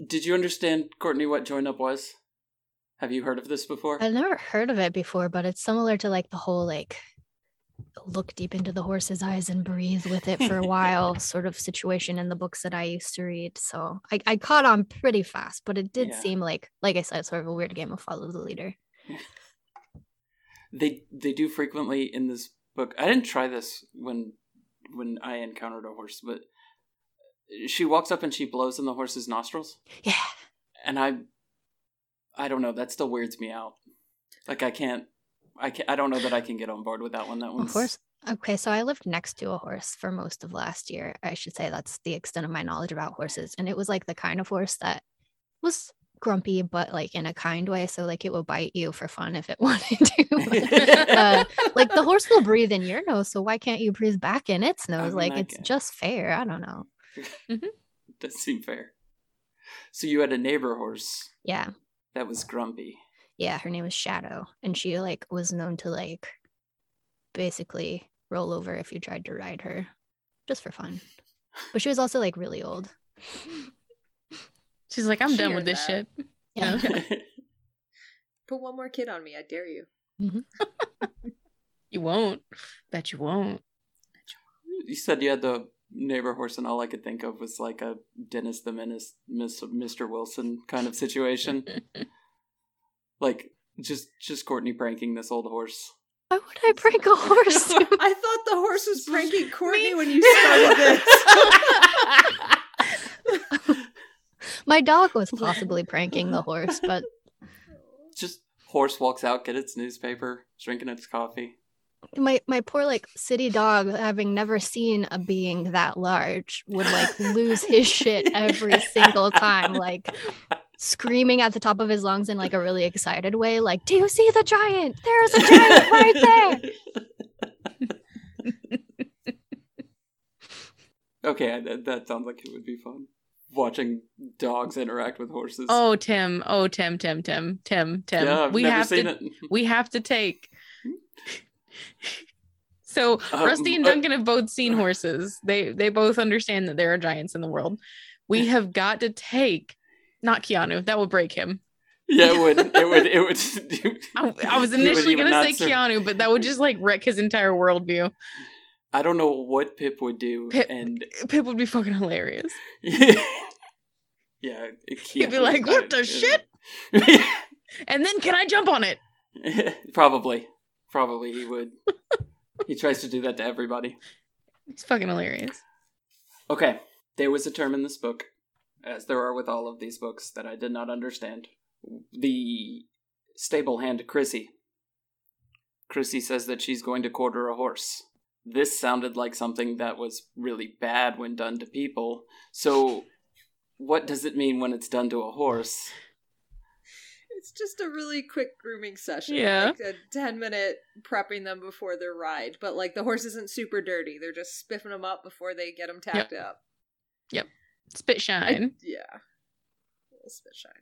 Speaker 1: Did you understand, Courtney, what join up was? Have you heard of this before?
Speaker 4: I've never heard of it before, but it's similar to like the whole like look deep into the horse's eyes and breathe with it for a while sort of situation in the books that I used to read. So I, I caught on pretty fast, but it did
Speaker 1: Yeah.
Speaker 4: seem like, like I said, sort of a weird game of follow the leader.
Speaker 1: they they do frequently in this book i didn't try this when when i encountered a horse but she walks up and she blows in the horse's nostrils
Speaker 4: Yeah.
Speaker 1: and i i don't know that still weirds me out like i can't i can not i don't know that i can get on board with that one that
Speaker 4: Of
Speaker 1: one's
Speaker 4: course. Okay, so I lived next to a horse for most of last year. I should say that's the extent of my knowledge about horses. And it was like the kind of horse that was grumpy, but like in a kind way. So, like, it would bite you for fun if it wanted to. Uh, like, the horse will breathe in your nose. So, why can't you breathe back in its nose?
Speaker 1: mean,
Speaker 4: like,
Speaker 1: I
Speaker 4: it's
Speaker 1: get-
Speaker 4: just fair. I don't know.
Speaker 1: does seem fair so you had a neighbor horse
Speaker 4: Yeah.
Speaker 1: that was grumpy
Speaker 4: Yeah. Her name was Shadow. And she like was known to like basically roll over if you tried to ride her just for fun. But she was also like really old.
Speaker 2: She's like, I'm done
Speaker 3: Cheer
Speaker 2: with this
Speaker 3: that.
Speaker 2: shit.
Speaker 4: Yeah.
Speaker 3: Put one more kid on me, I dare you.
Speaker 2: You won't. Bet you won't.
Speaker 1: You said you had the neighbor horse, and all I could think of was like a Dennis the Menace, Miss, Mr. Wilson kind of situation. like just just Courtney pranking this old horse.
Speaker 4: Why would I break a horse?
Speaker 3: I thought the horse was pranking Courtney
Speaker 2: Me-
Speaker 3: when you started this.
Speaker 4: My dog was possibly pranking the horse, but
Speaker 1: just horse walks out, get its newspaper, drinking its coffee.
Speaker 4: my my poor like city dog, having never seen a being that large, would like lose his shit every single time, like screaming at the top of his lungs in like a really excited way, like, "Do you see the giant? There's a giant right there!"
Speaker 1: Okay, I- that, that sounds like it would be fun. Watching dogs interact with horses.
Speaker 2: Oh, Tim. Oh, Tim, Tim, Tim, Tim, Tim.
Speaker 1: yeah, I've
Speaker 2: we
Speaker 1: never
Speaker 2: have
Speaker 1: seen
Speaker 2: to
Speaker 1: it. Hmm?
Speaker 2: we have to take. so Rusty and
Speaker 1: Um, uh,
Speaker 2: Duncan have both seen horses. They they both understand that there are giants in the world. We have got to take not Keanu. That will break him.
Speaker 1: Yeah, it would. It would. It would.
Speaker 2: I, I was
Speaker 1: it would
Speaker 2: initially
Speaker 1: even
Speaker 2: going to
Speaker 1: not
Speaker 2: say
Speaker 1: sur-
Speaker 2: Keanu, but that would just like wreck his entire worldview.
Speaker 1: I don't know what Pip would do,
Speaker 2: Pip-
Speaker 1: and
Speaker 2: Pip would be fucking hilarious.
Speaker 1: yeah, it
Speaker 2: He'd be
Speaker 1: can't
Speaker 2: like, "What the
Speaker 1: shit?"
Speaker 2: And then can I jump on it?
Speaker 1: probably, probably he would. he tries to do that to everybody.
Speaker 2: It's fucking hilarious.
Speaker 1: Okay, there was a term in this book, as there are with all of these books, that I did not understand. The stable hand Chrissy. Chrissy says that she's going to quarter a horse. This sounded like something that was really bad when done to people. So, what does it mean when it's done to a horse?
Speaker 3: it's just a really quick grooming session.
Speaker 2: Yeah.
Speaker 3: Like a 10 minute prepping them before their ride. But like the horse isn't super dirty. They're just spiffing them up before they get them tacked up.
Speaker 2: Spit shine.
Speaker 3: Yeah. A little spit shine.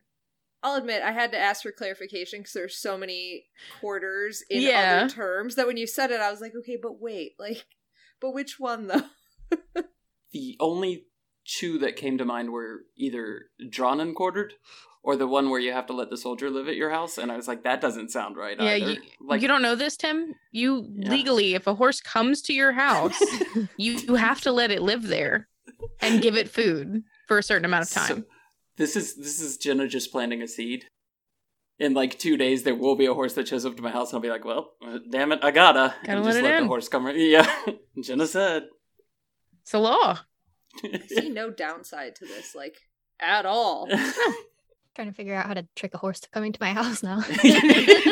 Speaker 3: I'll admit, I had to ask for clarification because there's so many quarters in
Speaker 2: Yeah.
Speaker 3: other terms that when you said it, I was like, okay, but wait, like, but which one though?
Speaker 1: the only two that came to mind were either drawn and quartered or the one where you have to let the soldier live at your house and i was like that doesn't sound right
Speaker 2: Yeah,
Speaker 1: either
Speaker 2: you-
Speaker 1: like
Speaker 2: you don't know this, Tim. You
Speaker 1: Yeah.
Speaker 2: legally, if a horse comes to your house, you, you have to let it live there and give it food for a certain amount of
Speaker 1: So,
Speaker 2: time.
Speaker 1: this is this is jenna just planting a seed in like two days there will be a horse that shows up to my house and i'll be like well uh, damn it i gotta,
Speaker 2: Gotta
Speaker 1: and
Speaker 2: let
Speaker 1: just
Speaker 2: it
Speaker 1: let
Speaker 2: in.
Speaker 1: the horse come right yeah jenna said
Speaker 2: It's a law.
Speaker 3: I see no downside to this, like, at all.
Speaker 4: Trying to figure out how to trick a horse to coming to my house now.
Speaker 1: it's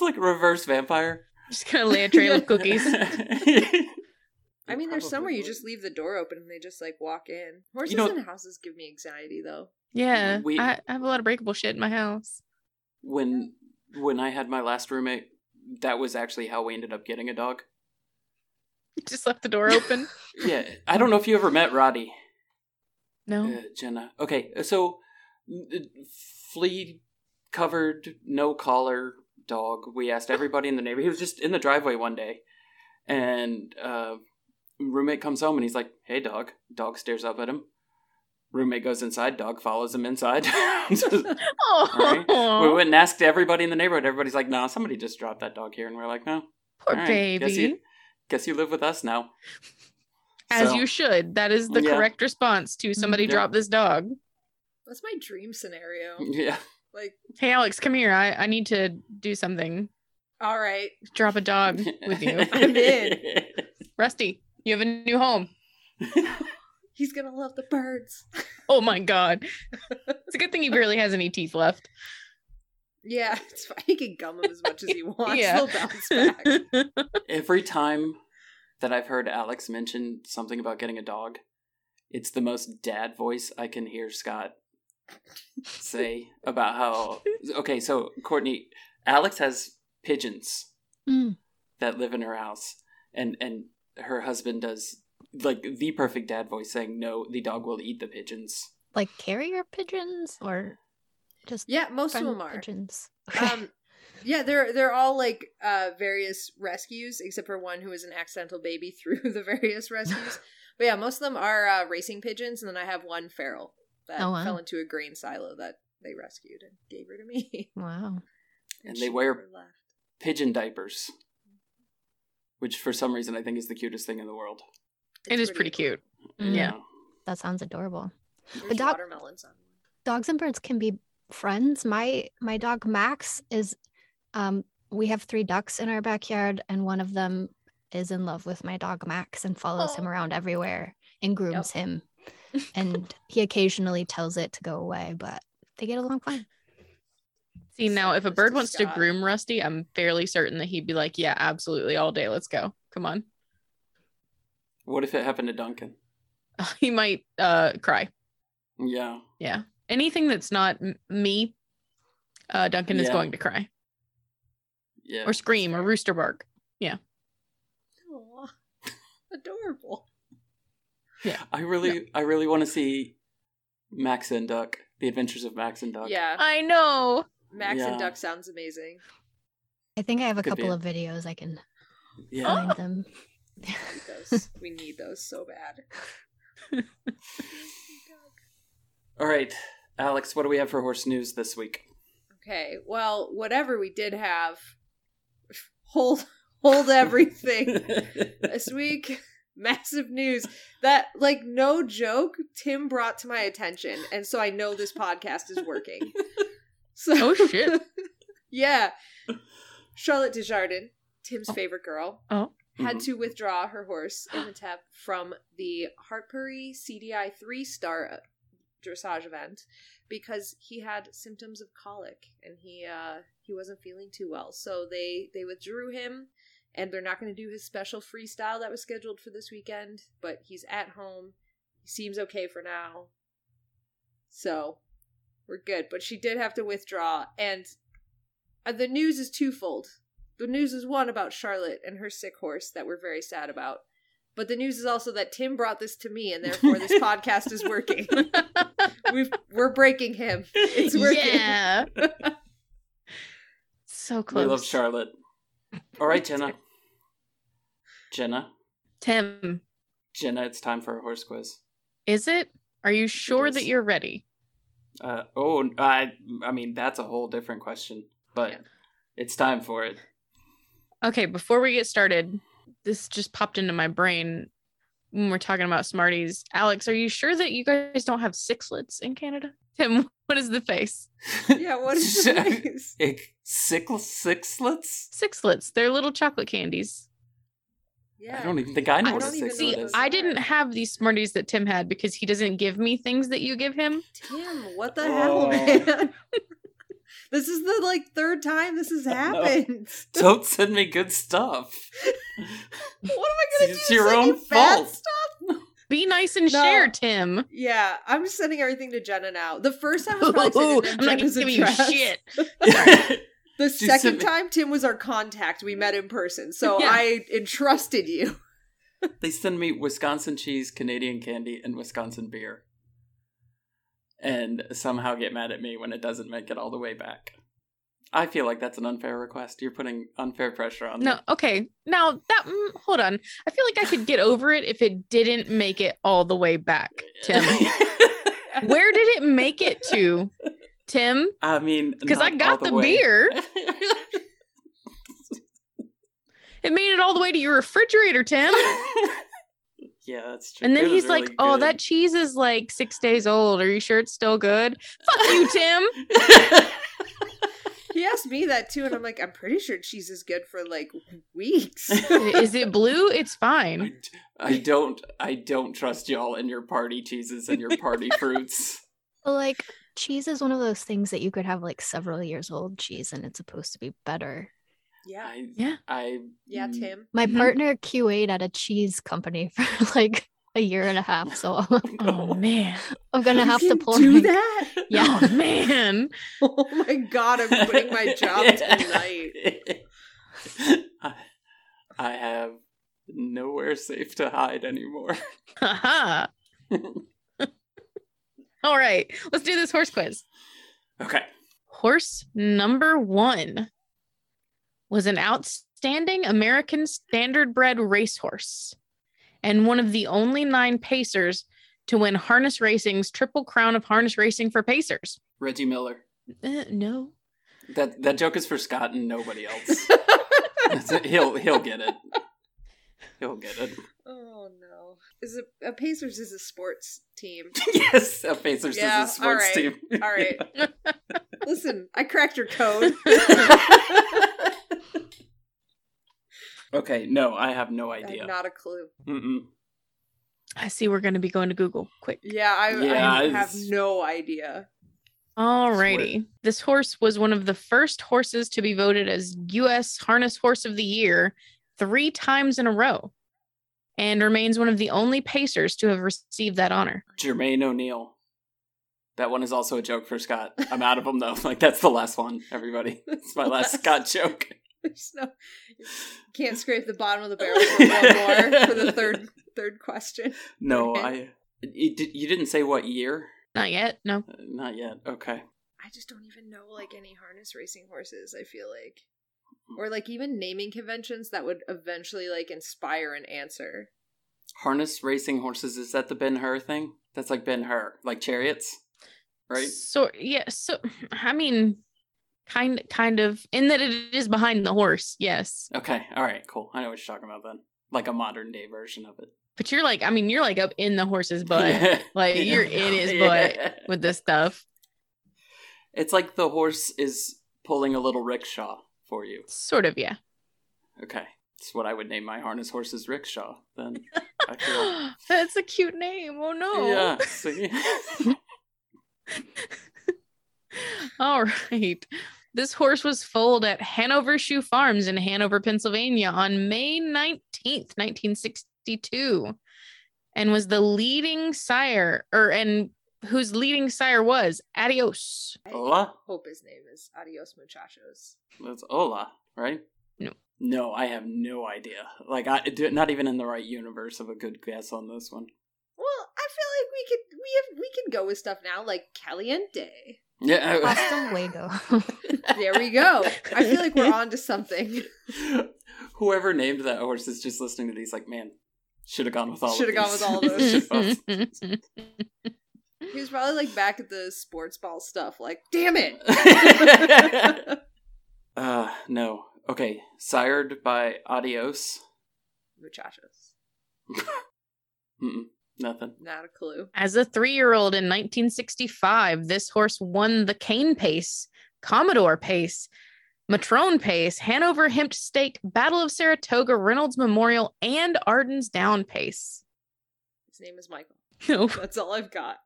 Speaker 1: like reverse vampire
Speaker 2: just gonna lay a trail
Speaker 3: Yeah.
Speaker 2: of cookies.
Speaker 3: I mean, there's some where you
Speaker 1: Probably.
Speaker 3: just leave the door open and they just like walk in. Horses
Speaker 1: know-
Speaker 3: in houses give me anxiety though.
Speaker 2: Yeah,
Speaker 1: We-
Speaker 2: I, I have a lot of breakable shit in my house.
Speaker 1: when when I had my last roommate, that was actually how we ended up getting a dog.
Speaker 2: Just left the door open.
Speaker 1: Yeah, I don't know if you ever met Roddy,
Speaker 2: No,
Speaker 1: uh, Jenna. Okay, so flea covered, no collar dog. We asked everybody in the neighborhood. He was just in the driveway one day, and uh, roommate comes home and he's like, "Hey, dog." Dog stares up at him. Roommate goes inside, dog follows him inside.
Speaker 2: Oh,
Speaker 1: right. we went and asked everybody in the neighborhood. Everybody's like, nah, somebody just dropped that dog here. And we're like, no.
Speaker 2: poor
Speaker 1: all right,
Speaker 2: baby.
Speaker 1: Guess you, guess you live with us now.
Speaker 2: As
Speaker 1: So,
Speaker 2: you should. That is the
Speaker 1: Yeah.
Speaker 2: correct response to somebody
Speaker 1: Yeah.
Speaker 2: drop this dog.
Speaker 3: That's my dream scenario.
Speaker 1: Yeah.
Speaker 3: Like,
Speaker 2: Hey, Alex, come here. I, I need to do something.
Speaker 3: all right,
Speaker 2: Drop a dog with you.
Speaker 3: I'm in.
Speaker 2: Rusty, you have a new home.
Speaker 3: he's gonna love the birds.
Speaker 2: Oh my God. It's a good thing he barely has any teeth left.
Speaker 3: Yeah, it's fine. he can gum them as much as he wants.
Speaker 2: Yeah.
Speaker 3: They'll bounce back.
Speaker 1: Every time that I've heard Alex mention something about getting a dog, it's the most dad voice I can hear Scott say about how. Okay, so Courtney, Alex has pigeons
Speaker 4: Mm.
Speaker 1: that live in her house, and and her husband does like the perfect dad voice saying, "No, the dog will eat the pigeons."
Speaker 4: Like carrier pigeons or just
Speaker 3: Yeah, most of
Speaker 4: friend
Speaker 3: them are.
Speaker 4: pigeons.
Speaker 3: Um, yeah, they're they're all like uh, various rescues, except for one who is an accidental baby through the various rescues. but yeah, most of them are uh, racing pigeons, and then I have one feral that
Speaker 4: Oh, wow.
Speaker 3: fell into a grain silo that they rescued and gave her to me.
Speaker 4: wow.
Speaker 1: And they
Speaker 3: she
Speaker 1: wear-
Speaker 3: never left.
Speaker 1: Pigeon diapers, which for some reason I think is the cutest thing in the world.
Speaker 2: It is pretty cute.
Speaker 4: Mm,
Speaker 2: Yeah.
Speaker 4: That sounds adorable.
Speaker 3: There's
Speaker 4: The dog-
Speaker 3: watermelons on. them.
Speaker 4: dogs and birds can be friends my my dog max is um we have three ducks in our backyard and one of them is in love with my dog max and follows him
Speaker 2: Aw.
Speaker 4: around everywhere and grooms him and he occasionally tells it to go away but they get along fine
Speaker 2: See, now if a
Speaker 3: Mr.
Speaker 2: bird wants to
Speaker 3: Scott.
Speaker 2: groom Rusty, I'm fairly certain that he'd be like, yeah, absolutely, all day. Let's go. Come on.
Speaker 1: What if it happened to Duncan?
Speaker 2: He might uh, cry.
Speaker 1: Yeah.
Speaker 2: Yeah. Anything that's not m- me, uh, Duncan is
Speaker 1: Yeah.
Speaker 2: going to cry
Speaker 1: Yeah.
Speaker 2: or scream or rooster bark.
Speaker 3: Aw, adorable.
Speaker 1: I really, I really want to see Max and Duck, The Adventures of Max and Duck.
Speaker 3: Yeah,
Speaker 2: I know.
Speaker 3: Max
Speaker 1: Yeah.
Speaker 3: and Duck sounds amazing.
Speaker 4: i think i have a
Speaker 1: Could be
Speaker 4: couple
Speaker 1: it.
Speaker 4: of videos i can
Speaker 1: yeah.
Speaker 3: Oh.
Speaker 4: find them
Speaker 3: We need those. we need those so bad.
Speaker 1: All right, Alex, what do we have for horse news this week?
Speaker 3: Okay. Well, whatever we did have, hold hold everything this week. Massive news that, like, no joke, Tim brought to my attention, and so I know this podcast is working. So,
Speaker 2: Oh, shit.
Speaker 3: yeah, Charlotte Desjardins, Tim's favorite girl, had
Speaker 1: Mhm.
Speaker 3: to withdraw her horse Imhotep from the Hartbury CDI three star dressage event because he had symptoms of colic and he uh, he wasn't feeling too well. So they they withdrew him, and they're not going to do his special freestyle that was scheduled for this weekend. But he's at home. He seems okay for now. So we're good. But she did have to withdraw, and uh, the news is twofold. The news is one about Charlotte and her sick horse that we're very sad about. But the news is also that Tim brought this to me, and therefore this podcast is working. We've, we're breaking him. It's working.
Speaker 2: Yeah. so
Speaker 1: We
Speaker 2: close.
Speaker 1: love Charlotte. All right, Jenna. Jenna,
Speaker 2: Tim,
Speaker 1: Jenna, it's time for a horse quiz.
Speaker 2: is it? Are you sure
Speaker 1: is.
Speaker 2: that you're ready?
Speaker 1: Uh, oh, I, I mean that's a whole different question, but
Speaker 3: Yeah.
Speaker 1: it's time for it.
Speaker 2: Okay, before we get started, this just popped into my brain when we're talking about Smarties. Alex, are you sure that you guys don't have sixlets in Canada? Tim, what is the face?
Speaker 3: Yeah, what is the news?
Speaker 1: Ik- sickle sixlets?
Speaker 2: Sixlets. They're little chocolate candies.
Speaker 3: Yeah.
Speaker 1: I don't e-, even think I know
Speaker 2: I
Speaker 1: what a
Speaker 3: don't even know
Speaker 1: sixlet
Speaker 2: See,
Speaker 3: what
Speaker 1: is.
Speaker 2: I didn't have these Smarties that Tim had because he doesn't give me things that you give him.
Speaker 3: Tim, what the
Speaker 1: Oh.
Speaker 3: hell, man? this is the like third time this has happened.
Speaker 1: Don't send me good stuff.
Speaker 3: What am I gonna
Speaker 1: It's
Speaker 3: do?
Speaker 1: your
Speaker 3: Send you
Speaker 1: own
Speaker 3: bad
Speaker 1: fault.
Speaker 3: Stuff?
Speaker 2: Be nice and
Speaker 3: No.
Speaker 2: share, Tim.
Speaker 3: Yeah, I'm sending everything to Jenna now. The first time was probably sending
Speaker 2: I'm
Speaker 3: them
Speaker 2: not
Speaker 3: Jenna's
Speaker 2: giving you
Speaker 3: address.
Speaker 2: shit.
Speaker 3: The
Speaker 1: She
Speaker 3: second
Speaker 1: sent me-
Speaker 3: time, Tim was our contact. We met in person, so
Speaker 2: Yeah.
Speaker 3: I entrusted you.
Speaker 1: They send me Wisconsin cheese, Canadian candy, and Wisconsin beer. And somehow get mad at me when it doesn't make it all the way back. I feel like that's an unfair request. You're putting unfair pressure on
Speaker 2: No,
Speaker 1: me.
Speaker 2: okay. Now that mm, hold on, I feel like I could get over it if it didn't make it all the way back, Tim. Where did it make it to, Tim?
Speaker 1: I mean,
Speaker 2: Because I
Speaker 1: not
Speaker 2: got
Speaker 1: all
Speaker 2: the,
Speaker 1: way.
Speaker 2: beer. It made it all the way to your refrigerator, Tim.
Speaker 1: yeah, that's true.
Speaker 2: And then
Speaker 1: It was
Speaker 2: he's like,
Speaker 1: really
Speaker 2: "Oh,
Speaker 1: good.
Speaker 2: that cheese is like six days old. Are you sure it's still good?" Fuck you, Tim.
Speaker 3: He asked me that too, and I'm like, I'm pretty sure cheese is good for like weeks.
Speaker 2: is it blue? It's fine.
Speaker 1: I, I don't. I don't trust y'all and your party cheeses and your party fruits.
Speaker 4: But like cheese is one of those things that you could have like several years old cheese and it's supposed to be better.
Speaker 3: Yeah.
Speaker 1: I,
Speaker 2: Yeah.
Speaker 1: I.
Speaker 3: Yeah,
Speaker 1: mm,
Speaker 3: Tim.
Speaker 4: My
Speaker 2: Mhm.
Speaker 4: partner QA'd at a cheese company for like a year and a half, so I'm,
Speaker 2: Oh
Speaker 1: no.
Speaker 2: man.
Speaker 4: I'm gonna
Speaker 3: You
Speaker 4: have to
Speaker 3: can
Speaker 4: pull.
Speaker 3: do
Speaker 4: my-
Speaker 3: that.
Speaker 4: Yeah.
Speaker 2: Oh man.
Speaker 3: Oh my god, I'm quitting my job
Speaker 1: Yeah.
Speaker 3: tonight.
Speaker 1: I, I have nowhere safe to hide anymore.
Speaker 2: Haha. All right. Let's do this horse quiz.
Speaker 1: Okay.
Speaker 2: Horse number one was an outstanding American standardbred racehorse and one of the only nine pacers to win harness racing's triple crown of harness racing for pacers.
Speaker 1: Reggie Miller.
Speaker 2: Uh, no.
Speaker 1: That that joke is for Scott and nobody else. That's- he'll he'll get it. He'll get it.
Speaker 3: Oh no. Is it a Pacers is a sports team.
Speaker 1: Yes, a Pacers
Speaker 3: Yeah, all
Speaker 1: is a sports
Speaker 3: right,
Speaker 1: team.
Speaker 3: all right. Listen, I cracked your code.
Speaker 1: okay, no, I have no
Speaker 3: I have
Speaker 1: idea.
Speaker 3: not a clue.
Speaker 1: Mm-mm.
Speaker 2: I see we're going to be going to Google quick.
Speaker 3: Yeah, I,
Speaker 1: Yeah,
Speaker 3: I have
Speaker 1: it's-
Speaker 3: no idea.
Speaker 2: Alrighty. This horse was one of the first horses to be voted as U.S. Harness Horse of the Year three times in a row and remains one of the only pacers to have received that honor.
Speaker 1: Jermaine O'Neal. That one is also a joke for Scott. I'm out of them though. Like that's the last one. Everybody, it's my last Scott joke.
Speaker 3: There's no can't scrape the bottom of the barrel for one more for the third third question.
Speaker 1: No,
Speaker 3: Okay.
Speaker 1: I. You, di- you didn't say what year?
Speaker 2: Not yet. No.
Speaker 1: Uh, Not yet. Okay.
Speaker 3: I just don't even know like any harness racing horses, I feel like. Or like even naming conventions that would eventually like inspire an answer.
Speaker 1: Harness racing horses. Is that the Ben Hur thing? That's like Ben Hur, like chariots, right?
Speaker 2: So yeah. So I mean, kind kind of in that it is behind the horse. Yes.
Speaker 1: Okay. All right. Cool. I know what you're talking about then. Like a modern day version of it.
Speaker 2: But you're like, I mean, you're like up in the horse's butt, like you're in his butt
Speaker 1: Yeah.
Speaker 2: with this stuff.
Speaker 1: It's like the horse is pulling a little rickshaw for you.
Speaker 2: Sort of. Yeah.
Speaker 1: Okay. It's what I would name my harness horse's rickshaw then. I feel-
Speaker 2: That's a cute name. Oh no.
Speaker 1: Yeah. See?
Speaker 2: All right. This horse was foaled at Hanover Shoe Farms in Hanover, Pennsylvania on May 19th, 1962, and was the leading sire, or and whose leading sire was Adios.
Speaker 3: I
Speaker 1: Ola?
Speaker 3: hope his name is Adios Muchachos.
Speaker 1: That's Ola, right?
Speaker 2: No.
Speaker 1: No, I have no idea. Like, I do, not even in the right universe of a good guess on this one.
Speaker 3: Well, I feel like we could we have we can go with stuff now like Caliente.
Speaker 1: Yeah.
Speaker 4: Hasta luego.
Speaker 3: There we go. I feel like we're on to something.
Speaker 1: Whoever named that horse is just listening to these, like, man, should have gone with all.
Speaker 3: Shoulda
Speaker 1: of
Speaker 3: gone
Speaker 1: these.
Speaker 3: with all of those.
Speaker 1: Should've-
Speaker 3: He was probably like back at the sports ball stuff, like, damn it.
Speaker 1: uh, no. Okay, sired by Adios.
Speaker 3: Muchachos.
Speaker 1: Mm-mm, nothing.
Speaker 3: Not a clue.
Speaker 2: As a three year old in 1965, this horse won the Cane Pace, Commodore Pace, Matrone Pace, Hanover Hemp Stake, Battle of Saratoga, Reynolds Memorial, and Arden's Down Pace.
Speaker 3: His name is Michael.
Speaker 2: No.
Speaker 3: That's all I've got.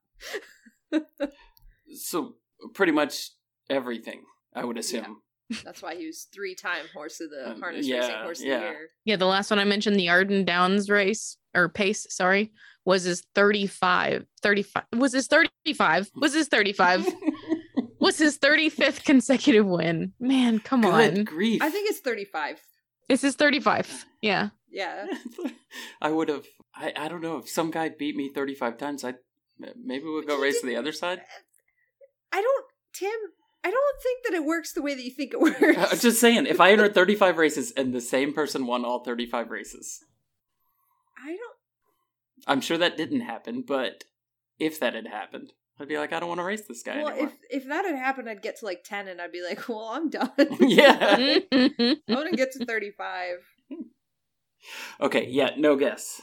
Speaker 1: So pretty much everything, I would assume.
Speaker 3: That's why he was three time horse of the
Speaker 1: Um,
Speaker 3: harness
Speaker 1: yeah,
Speaker 3: racing horse of the
Speaker 1: yeah.
Speaker 3: year.
Speaker 2: Yeah, the last one I mentioned, the Arden Downs race or pace, sorry, was his 35. 35 was his 35. Was his 35. was his 35th consecutive win. Man, come
Speaker 1: Good
Speaker 2: on.
Speaker 1: grief!
Speaker 3: I think it's thirty five.
Speaker 2: It's his 35. Yeah.
Speaker 3: Yeah.
Speaker 1: I would have. I, I don't know if some guy beat me thirty five times. I maybe we'll
Speaker 3: But
Speaker 1: go
Speaker 3: you
Speaker 1: race to
Speaker 3: didn't-
Speaker 1: the other side.
Speaker 3: I don't Tim, I don't think that it works the way that you think it
Speaker 1: I'm
Speaker 3: works.
Speaker 1: Uh, just saying, if I entered thirty five races and the same person won all thirty five races,
Speaker 3: I don't
Speaker 1: I'm sure that didn't happen. But if that had happened, I'd be like, I don't want to race this guy
Speaker 3: well,
Speaker 1: anymore.
Speaker 3: if if that had happened, I'd get to like ten, and I'd be like, "Well, I'm done. I'm
Speaker 1: yeah.
Speaker 2: Mm-hmm.
Speaker 3: gonna get to thirty-five.
Speaker 1: Okay. Yeah. No guess.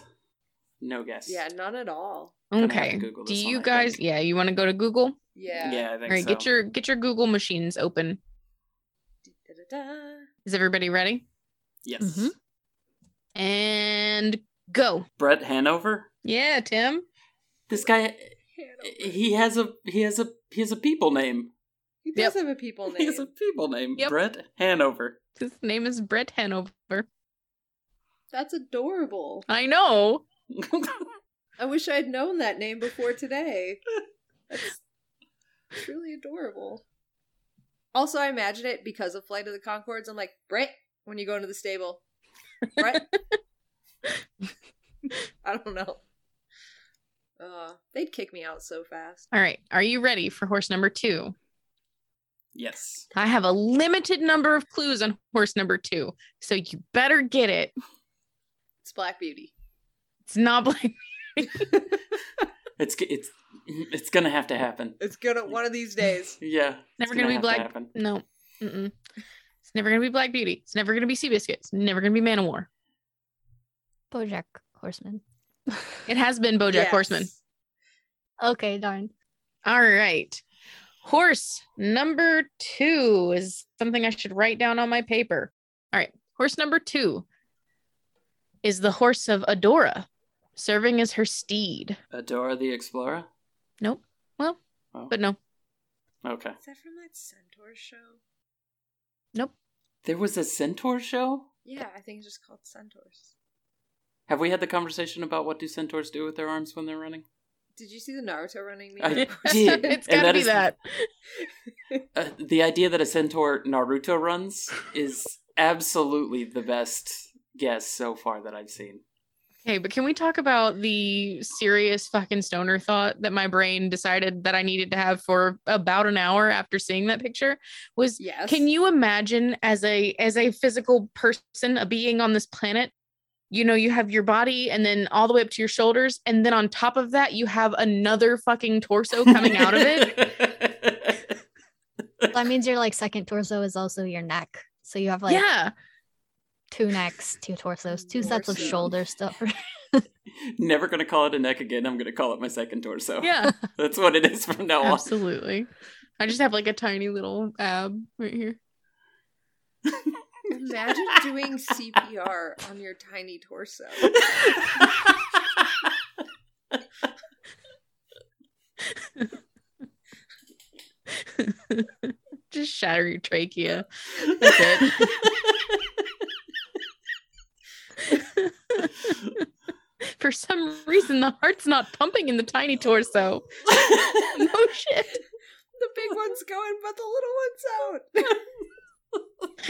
Speaker 1: No guess.
Speaker 3: Yeah, none at all.
Speaker 1: Gonna have to
Speaker 2: okay.
Speaker 1: Google
Speaker 2: Do
Speaker 1: this
Speaker 2: you
Speaker 1: one, I
Speaker 2: guys?
Speaker 1: think.
Speaker 2: Yeah, you want to go to Google?
Speaker 3: Yeah.
Speaker 1: Yeah. I think
Speaker 2: All right, get
Speaker 1: so.
Speaker 2: your get your Google machines open.
Speaker 3: Da-da-da.
Speaker 2: Is everybody ready?
Speaker 1: yes.
Speaker 2: mm-hmm.
Speaker 4: Mhm.
Speaker 2: And go.
Speaker 1: Brett Hanover.
Speaker 2: Yeah, Tim.
Speaker 1: This guy.
Speaker 3: Hanover.
Speaker 1: He has a. He has a. He has a people name.
Speaker 3: He
Speaker 2: Yep.
Speaker 3: does have a people
Speaker 1: He
Speaker 3: name.
Speaker 1: has a people name.
Speaker 2: Yep.
Speaker 1: Brett Hanover.
Speaker 2: His name is Brett Hanover.
Speaker 3: That's adorable.
Speaker 2: I know.
Speaker 3: I wish I had known that name before today. That's truly adorable. Also, I imagine it because of Flight of the Concords. I'm like, Brett, when you go into the stable. Brett. I don't know. Uh, they'd kick me out so fast.
Speaker 2: All right. Are you ready for horse number two?
Speaker 1: yes.
Speaker 2: I have a limited number of clues on horse number two, so you better get it.
Speaker 3: It's Black Beauty.
Speaker 2: It's not Black.
Speaker 1: It's. It's. mm-hmm, It's gonna have to happen.
Speaker 3: It's gonna one of these days.
Speaker 1: Yeah.
Speaker 2: Never gonna, be Black.
Speaker 1: happen.
Speaker 2: no. Mm-mm. It's never gonna be Black Beauty. It's never gonna be Seabiscuit. It's never gonna be Man of War.
Speaker 4: Bojack Horseman.
Speaker 2: It has been BoJack
Speaker 3: Yes.
Speaker 2: Horseman.
Speaker 4: okay, darn.
Speaker 2: All right. Horse number two is something I should write down on my paper. All right. Horse number two is the horse of Adora, serving as her steed.
Speaker 1: Adora Uh, the Explorer.
Speaker 2: But no,
Speaker 1: Okay.
Speaker 3: Is that from that Centaur show?
Speaker 1: There was a centaur show.
Speaker 3: Yeah, I think it's just called Centaurs.
Speaker 1: Have we had the conversation about what do centaurs do with their arms when they're running?
Speaker 3: Did you see the Naruto running? meme?
Speaker 1: I did.
Speaker 2: it's
Speaker 1: And
Speaker 2: got to
Speaker 1: that
Speaker 2: be
Speaker 1: is-
Speaker 2: that.
Speaker 1: Uh, the idea that a centaur Naruto runs is absolutely the best guess so far that I've seen.
Speaker 2: Okay, but can we talk about the serious fucking stoner thought that my brain decided that I needed to have for about an hour after seeing that picture? Was
Speaker 3: Yes.
Speaker 2: Can you imagine as a as a physical person, a being on this planet? You know, you have your body and then all the way up to your shoulders, and then on top of that, you have another fucking torso Oh, coming out of it.
Speaker 1: it.
Speaker 4: That means your like second torso is also your neck. So you have like
Speaker 2: yeah.
Speaker 4: two necks, two torsos, two sets of
Speaker 3: Torso.
Speaker 4: shoulder stuff.
Speaker 1: Never gonna call it a neck again. I'm gonna call it my second torso.
Speaker 2: Yeah.
Speaker 1: That's what it is from now on.
Speaker 2: absolutely. I just have like a tiny little ab right here.
Speaker 3: Imagine doing CPR on your tiny torso.
Speaker 2: Just shatter your trachea. That's it. For some reason, the heart's not pumping in the tiny torso. No shit.
Speaker 3: The big one's going, but the little one's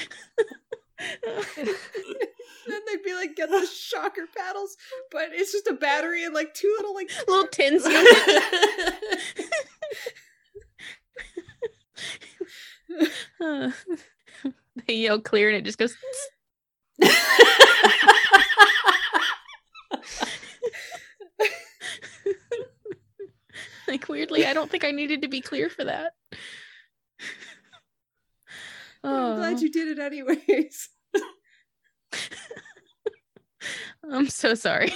Speaker 3: out. then they'd be like, get the shocker paddles, but it's just a battery and like two little like
Speaker 2: little tins. they yell clear and it just goes. like weirdly, I don't think I needed to be clear for that.
Speaker 3: but I'm glad
Speaker 2: Oh,
Speaker 3: you did it anyways.
Speaker 2: I'm so sorry.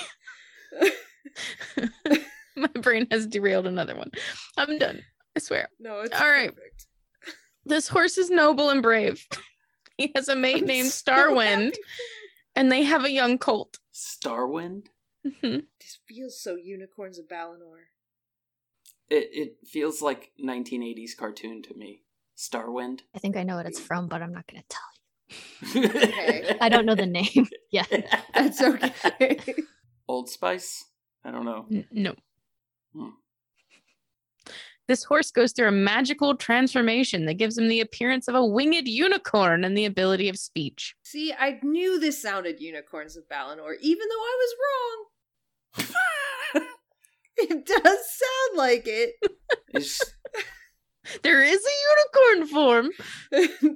Speaker 2: My brain has derailed another one. I'm done. I swear.
Speaker 3: no, it's
Speaker 2: All
Speaker 3: all
Speaker 2: right.
Speaker 3: right.
Speaker 2: This horse is noble and brave. He has a mate named Starwind, and they have a young colt.
Speaker 1: Starwind.
Speaker 2: Mhm.
Speaker 3: This feels so unicorns of Balinor.
Speaker 1: It it feels like 1980s cartoon to me. Starwind.
Speaker 4: I think I know what it's from, but I'm not gonna tell you.
Speaker 1: okay.
Speaker 4: I don't know the name. Yeah.
Speaker 3: That's okay.
Speaker 1: Old Spice. I don't know.
Speaker 2: N- no.
Speaker 1: Hmm.
Speaker 2: This horse goes through a magical transformation that gives him the appearance of a winged unicorn and the ability of speech.
Speaker 3: See, I knew this sounded unicorns of Balinor, even though I was wrong. It does sound like it.
Speaker 1: It's-
Speaker 2: There is a unicorn form.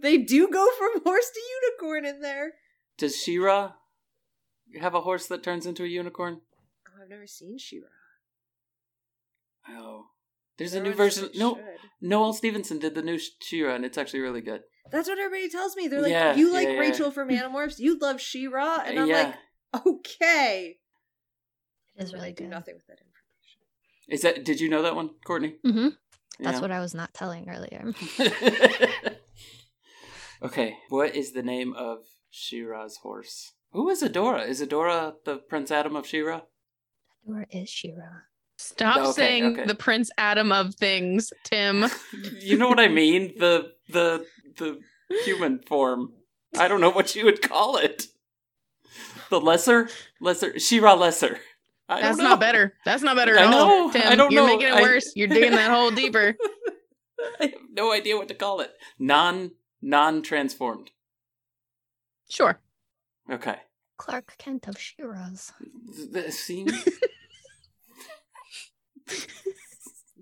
Speaker 3: they do go from horse to unicorn in there.
Speaker 1: does Shira have a horse that turns into a unicorn?
Speaker 3: Oh, I've never seen Shira.
Speaker 1: Oh. There's a new
Speaker 3: Everyone's
Speaker 1: version.
Speaker 3: like,
Speaker 1: No,
Speaker 3: should.
Speaker 1: Noel Stevenson did the new Shira, and it's actually really good.
Speaker 3: That's what everybody tells me. They're like,
Speaker 1: Yeah,
Speaker 3: you like
Speaker 1: yeah, yeah.
Speaker 3: Rachel from Animorphs, you love She-Ra, and I'm
Speaker 1: Uh, yeah,
Speaker 3: like, okay.
Speaker 4: It is
Speaker 3: But I
Speaker 4: really
Speaker 3: do
Speaker 4: good.
Speaker 3: nothing with that information.
Speaker 1: is that? Did you know that one, Courtney?
Speaker 4: hmm That's
Speaker 1: Yeah.
Speaker 4: what I was not telling earlier.
Speaker 1: okay, what is the name of Shira's horse? Who is Adora? Is Adora the Prince Adam of Shira?
Speaker 4: Where is Shira?
Speaker 2: Stop
Speaker 1: Okay,
Speaker 2: saying
Speaker 1: okay.
Speaker 2: the Prince Adam of things, Tim.
Speaker 1: you know what I mean? The the the human form. I don't know what you would call it. The lesser, lesser Shira lesser. I don't
Speaker 2: That's
Speaker 1: know.
Speaker 2: not better. That's not better
Speaker 1: I
Speaker 2: at all.
Speaker 1: know.
Speaker 2: Tim,
Speaker 1: I don't
Speaker 2: you're
Speaker 1: know.
Speaker 2: making it
Speaker 1: I-
Speaker 2: worse. You're digging that hole deeper.
Speaker 1: I have no idea what to call it. Non non transformed.
Speaker 2: Sure.
Speaker 1: Okay.
Speaker 4: Clark Kent of Shira's.
Speaker 1: Th- th- See,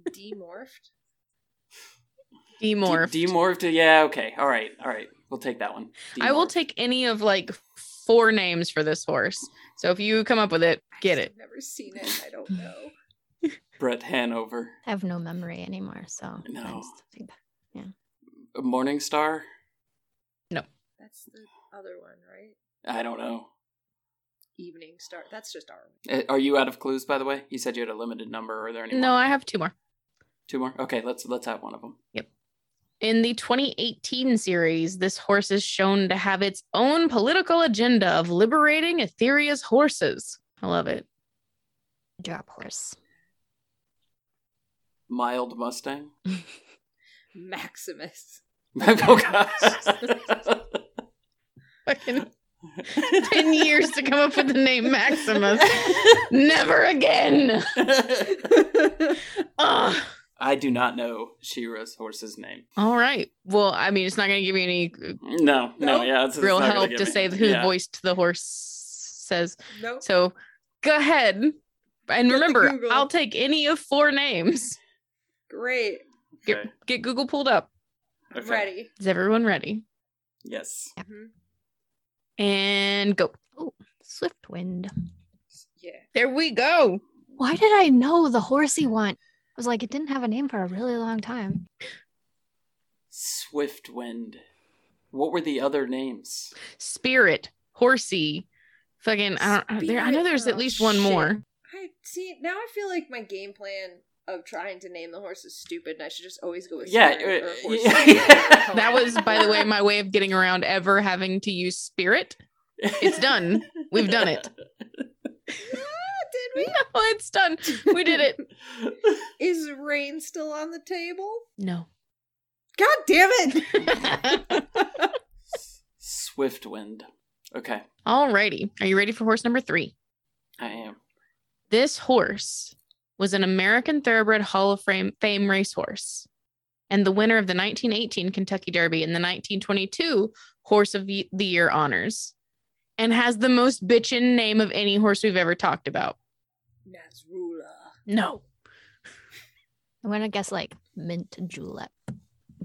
Speaker 3: Demorphed?
Speaker 2: Demorph.
Speaker 1: De- demorphed. Yeah. Okay. All right. All right. We'll take that one.
Speaker 2: I will
Speaker 1: Demorphed.
Speaker 2: take any of like four names for this horse. So if you come up with it, get it.
Speaker 3: I've never seen it. I don't know.
Speaker 1: Brett Hanover.
Speaker 4: I have no memory anymore, so
Speaker 1: No.
Speaker 4: I'm just think-
Speaker 1: Morningstar.
Speaker 3: That's the other one, right?
Speaker 1: I don't know.
Speaker 3: Evening Star. That's just our one.
Speaker 1: Uh, Are you out of clues? By the way, you said you had a limited number. Are there any?
Speaker 2: No,
Speaker 1: more?
Speaker 2: I have two more.
Speaker 1: Two more. Okay. Let's let's have one of them.
Speaker 2: In the 2018 series, this horse is shown to have its own political agenda of liberating Etheria's horses. I love it.
Speaker 4: Drop horse.
Speaker 1: Mild Mustang.
Speaker 3: Maximus.
Speaker 1: oh God.
Speaker 2: Fucking 10 years to come up with the name Maximus. Never again. Ugh.
Speaker 1: I do not know Shira's horse's name.
Speaker 2: All right. Well, I mean, it's not going to give you any
Speaker 1: No, no,
Speaker 3: No.
Speaker 1: yeah, it's, it's
Speaker 2: real
Speaker 1: not gonna
Speaker 2: help
Speaker 1: give
Speaker 2: to
Speaker 1: me-
Speaker 2: say who
Speaker 1: yeah.
Speaker 2: voiced the horse says.
Speaker 3: Nope.
Speaker 2: So go ahead. And
Speaker 3: the
Speaker 2: remember,
Speaker 3: Google.
Speaker 2: I'll take any of four names.
Speaker 3: Great.
Speaker 2: Get,
Speaker 1: Okay,
Speaker 2: get Google pulled up.
Speaker 1: okay.
Speaker 3: I'm ready.
Speaker 2: Is everyone ready?
Speaker 1: Yes.
Speaker 3: Mhm.
Speaker 2: And go.
Speaker 4: Swiftwind.
Speaker 3: Yeah.
Speaker 2: There we go.
Speaker 4: Why did I know the horsey one? I was like, it didn't have a name for a really long time.
Speaker 1: Swift Wind. What were the other names?
Speaker 2: Spirit, horsey, fucking. I don't. There, I know
Speaker 3: Spirit-
Speaker 2: there's at
Speaker 3: oh,
Speaker 2: least one
Speaker 3: shit.
Speaker 2: more.
Speaker 3: I see. Now I feel like my game plan of trying to name the horse is stupid, and I should just always go with
Speaker 1: Yeah,
Speaker 3: spirit
Speaker 1: uh,
Speaker 3: or horse.
Speaker 1: yeah.
Speaker 2: That was, by the way, my way of getting around ever having to use spirit. It's done. We've done it.
Speaker 3: Did
Speaker 2: No,
Speaker 3: we?
Speaker 2: it's done. We did it.
Speaker 3: Is rain still on the table?
Speaker 2: No.
Speaker 3: God damn it!
Speaker 1: Swift Wind. Okay,
Speaker 2: Alrighty. Are you ready for horse number three?
Speaker 1: I am.
Speaker 2: This horse was an American Thoroughbred Hall of Fame, Fame racehorse and the winner of the 1918 Kentucky Derby and the 1922 Horse of the the Year honors and has the most bitchin' name of any horse we've ever talked about.
Speaker 3: Nazrula.
Speaker 2: No.
Speaker 4: I'm gonna guess like mint julep.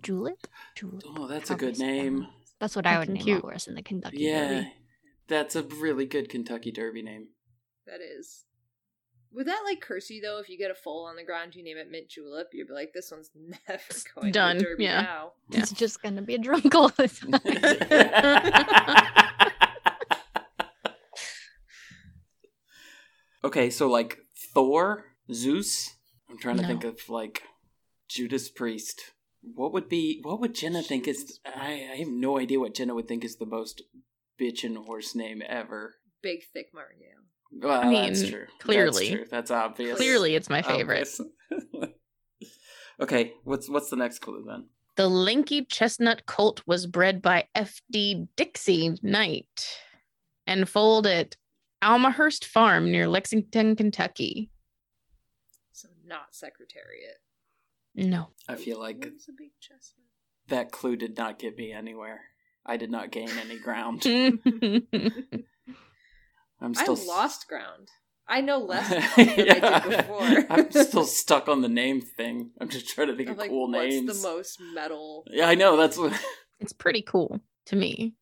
Speaker 4: Julep? Julep.
Speaker 1: Oh, that's a
Speaker 4: Probably
Speaker 1: good
Speaker 4: something.
Speaker 1: name.
Speaker 4: That's what I would
Speaker 2: Fucking
Speaker 4: name
Speaker 2: cute.
Speaker 4: a horse in the Kentucky
Speaker 1: Yeah,
Speaker 4: Derby.
Speaker 1: that's a really good Kentucky Derby name.
Speaker 3: That is. Would that like curse you though if you get a foal on the ground, you name it Mint Julep, you'd be like, this one's never going
Speaker 2: done,
Speaker 3: to the Derby
Speaker 2: yeah.
Speaker 3: now.
Speaker 2: Yeah.
Speaker 4: It's just gonna be a drunk all the time.
Speaker 1: okay, so like Thor, Zeus. I'm trying to
Speaker 4: No.
Speaker 1: think of like Judas Priest. What would be? What would Jenna think is? I, I have no idea what Jenna would think is the most bitchin' horse name ever.
Speaker 3: Big thick Martingale.
Speaker 1: Well,
Speaker 2: I mean,
Speaker 1: that's true.
Speaker 2: clearly.
Speaker 1: that's, true. that's obvious.
Speaker 2: Clearly it's
Speaker 1: Oh,
Speaker 2: my favorite.
Speaker 1: Obvious. okay, what's what's the next clue then?
Speaker 2: The lanky chestnut colt was bred by F.D. Dixie Knight and foaled at Almahurst Farm near Lexington, Kentucky.
Speaker 3: So not Secretariat.
Speaker 2: No.
Speaker 1: I feel like
Speaker 3: What's a big chestnut?
Speaker 1: that clue did not get me anywhere. I did not gain any ground. I'm
Speaker 3: I
Speaker 1: still s-
Speaker 3: lost ground. I know less now than I did
Speaker 1: Yeah.
Speaker 3: before.
Speaker 1: I'm still stuck on the name thing. I'm just trying to think
Speaker 3: I'm
Speaker 1: of
Speaker 3: like,
Speaker 1: cool
Speaker 3: what's
Speaker 1: names.
Speaker 3: the most metal?
Speaker 1: yeah, I know. That's what.
Speaker 2: it's pretty cool to me.